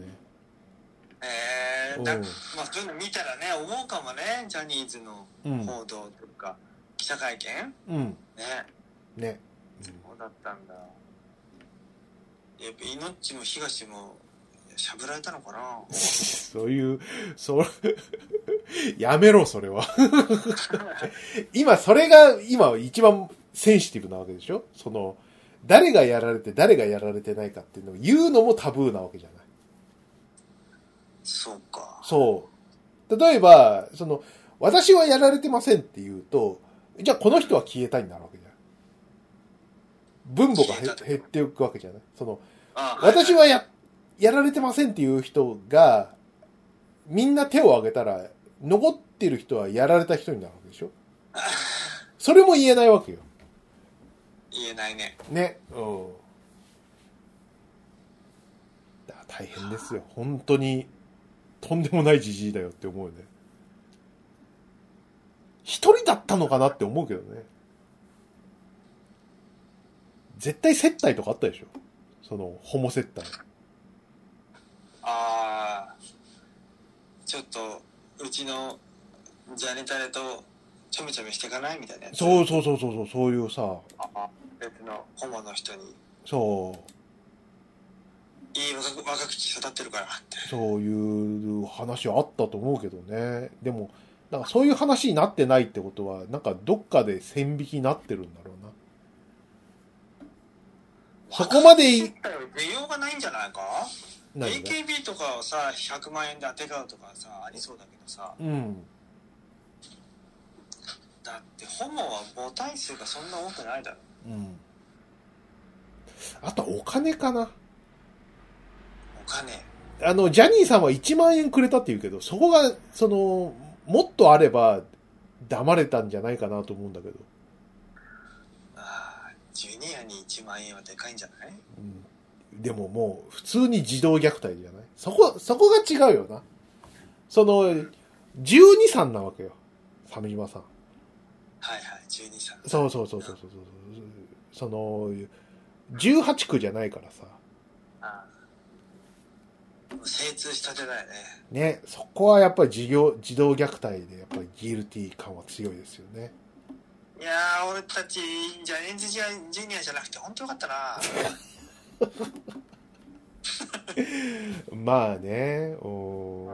S1: えー、だ
S2: うん
S1: まあそういうの見たらね思うかもねジャニーズの
S2: うん。
S1: 報道とか、記者会見
S2: うん。
S1: ね
S2: ね。
S1: そうだったんだやっぱ命も東もしゃぶられたのかな
S2: うん、 そういう、そう、 やめろ、それは。 今、それが、今、一番センシティブなわけでしょその、誰がやられて、誰がやられてないかっていうのを言うのもタブーなわけじゃない。
S1: そうか
S2: そう。例えば、その、私はやられてませんって言うと、じゃあこの人は消えたになるわけじゃない。分母が
S1: 消えた
S2: へ減っていくわけじゃない。その、
S1: ああ
S2: 私はや、やられてませんっていう人が、みんな手を挙げたら、残ってる人はやられた人になるわけでしょそれも言えないわけよ。
S1: 言えないね
S2: ね。うん。だから大変ですよ。本当に、とんでもないじじいだよって思うよね。一人だったのかなって思うけどね。絶対接待とかあったでしょその、ホモ接待。
S1: ああちょっとうちのジャニタレとちょめちょめしていかないみたいなやつ
S2: そうそうそうそうそう、そういうさ、
S1: 別のホモの人に
S2: そう、
S1: いい若く若く育ってるからって
S2: そういう話はあったと思うけどね。でも、なんかそういう話になってないってことは、なんかどっかで線引きになってるんだろうな。そこまでい
S1: 若く育って出ようがないんじゃないか
S2: 何が
S1: AKB とかをさ100万円で当てがうとかさありそうだけどさ
S2: うん。
S1: だってホモは母体数がそんな多くないだろ
S2: うん。あとお金かな。
S1: お金
S2: あの、ジャニーさんは1万円くれたって言うけど、そこが、その、もっとあれば、黙れたんじゃないかなと思うんだけど。
S1: ああジュニアに1万円はでかいんじゃない
S2: うん、でももう、普通に児童虐待じゃないそこ、そこが違うよな。その、12さんなわけよ。鮫島さん。
S1: はいはい12歳
S2: そうそうそうそうそうそう。その、18区じゃないからさ。
S1: ああもう精通したてだよね
S2: ね、そこはやっぱり児業児童虐待で、やっぱりギルティ感は強いですよね。
S1: いやー俺たちジャニーズジャジュニアじゃなくて本当よかったな
S2: まあね、お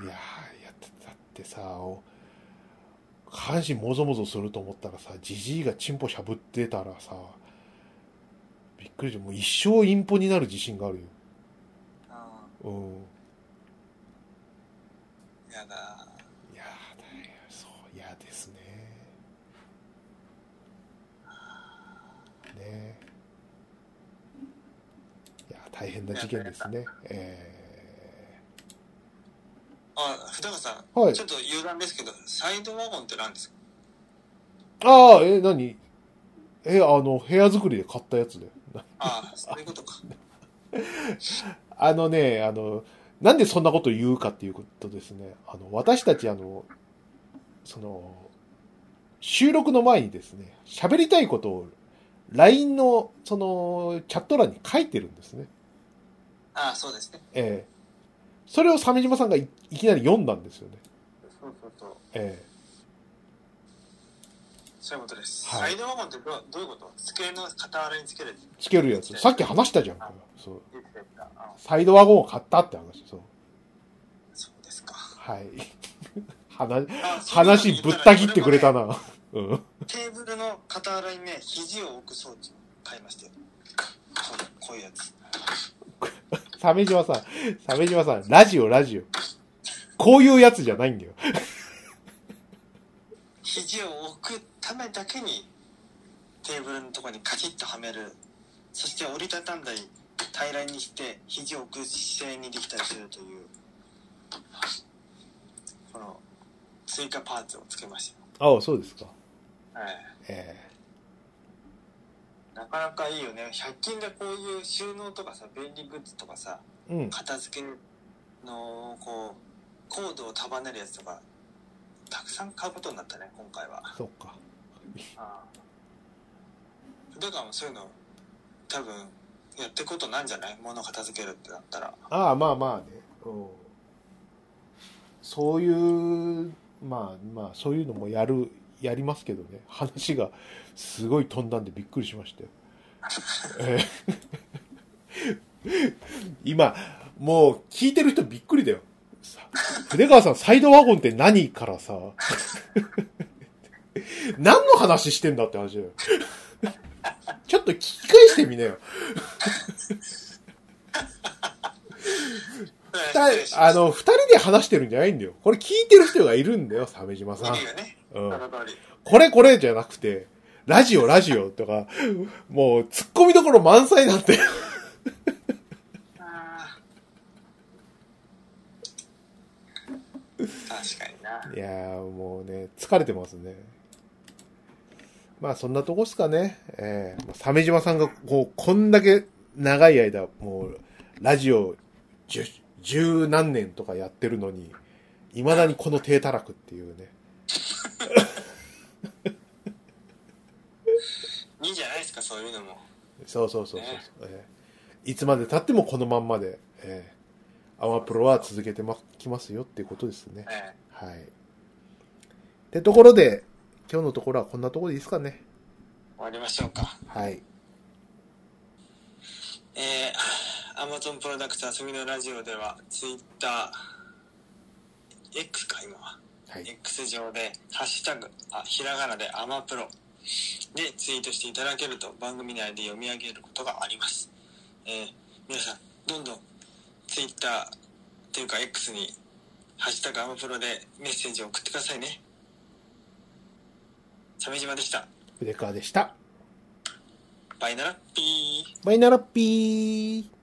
S2: ーいやー、やってたってさ、お下半身もぞもぞすると思ったらさ、じじいがチンポしゃぶってたらさ、びっくりして、もう一生インポになる自信があるよ。
S1: う
S2: うん。
S1: んやだ
S2: いやーだよ、そう、いやですね。ねいや、大変な事件ですね。え
S1: あふたかさん
S2: ー、はい
S1: ちょ。っと余談ですけどサイドワゴンって何ですか
S2: ああ、え、何え、あの、部屋作りで買ったやつだよ。
S1: ああそういうことか
S2: あのね、あの、なんでそんなこと言うかっていうことですね。あの、私たち、あの、その、収録の前にですね、喋りたいことを LINE の、その、チャット欄に書いてるんですね。
S1: ああそうですね
S2: ええそれを鮫島さんがいいきなり読んだんですよね。
S1: そうそうそう
S2: ええ
S1: そういうことです、
S2: は
S1: サ
S2: い
S1: イドワゴンってどどういうこと机の傍らにつける
S2: つけるやつ。さっき話したじゃん、これそう。
S1: 言ってたあ
S2: サイドワゴンを買ったって話。そう。
S1: そうですか
S2: はい。 話、
S1: あ
S2: 話ぶった切ってくれた
S1: な、
S2: な。うん。
S1: テーブルの傍らにね肘を置く装置を買いましたよそうだこういうやつ
S2: 鮫島さん、鮫島さん、ラジオ、ラジオ。こういうやつじゃないんだよ。
S1: 肘を置くためだけにテーブルのところにカチッとはめるそして折りたたんだり平らにして肘を置く姿勢にできたりするというこの追加パーツをつけまし
S2: ああ、そうですか。
S1: たよ、はい、
S2: え
S1: なかなかいいよね100均でこういう収納とかさ便利グッズとかさ
S2: えうん。
S1: 片付けのこうコードを束ねるやつとかたくさん買うことになったね今回は
S2: そっか。
S1: だからそういうの多分やってことないんじゃない物片付けるってなったら
S2: ああ、まあまあね。うんそういう、まあまあ、そういうのもやる、やりますけどね。話がすごい飛んだんでびっくりしましたよ。ええ 今、もう聞いてる人びっくりだよ。さ筆川さん、サイドワゴンって何からさ。 何の話してんだって話だよ。ちょっと聞き返してみなよ。
S1: た
S2: あの、二人で話してるんじゃないんだよ。これ聞いてる人がいるんだよ、鮫島さん
S1: いる。よね
S2: う
S1: そ
S2: ん
S1: の。通り
S2: これこれじゃなくて、ラジオラジオとか、もう突っ込みどころ満載なんて。
S1: あー確かにない
S2: やーもうね、疲れてますね。まあそんなとこっすかね。ええ鮫島さんがこう、こんだけ長い間、もう、ラジオ十、十何年とかやってるのに、未だにこの低たらくっていうね。
S1: いいんじゃないですかそういうのも
S2: そうそうそうそうそう、ええいつまで経ってもこのまんまで、ええアマプロは続けてまきますよっていうことですね。
S1: ええ
S2: はい。ってところで、今日のところはこんなところでいいですかね。
S1: 終わりましょうか。
S2: はい。
S1: えー、Amazon プロダクツ遊びのラジオでは、Twitter、X か、今は。
S2: はい。
S1: X 上で、ハッシュタグ、あ、ひらがなでアマプロでツイートしていただけると番組内で読み上げることがあります。えー皆さん、どんどんツイッターというか X に、ハッシュタグアマプロでメッセージを送ってくださいね。鮫島でした。
S2: 筆川でした。
S1: バイなら、ピー。
S2: バイナラッピー。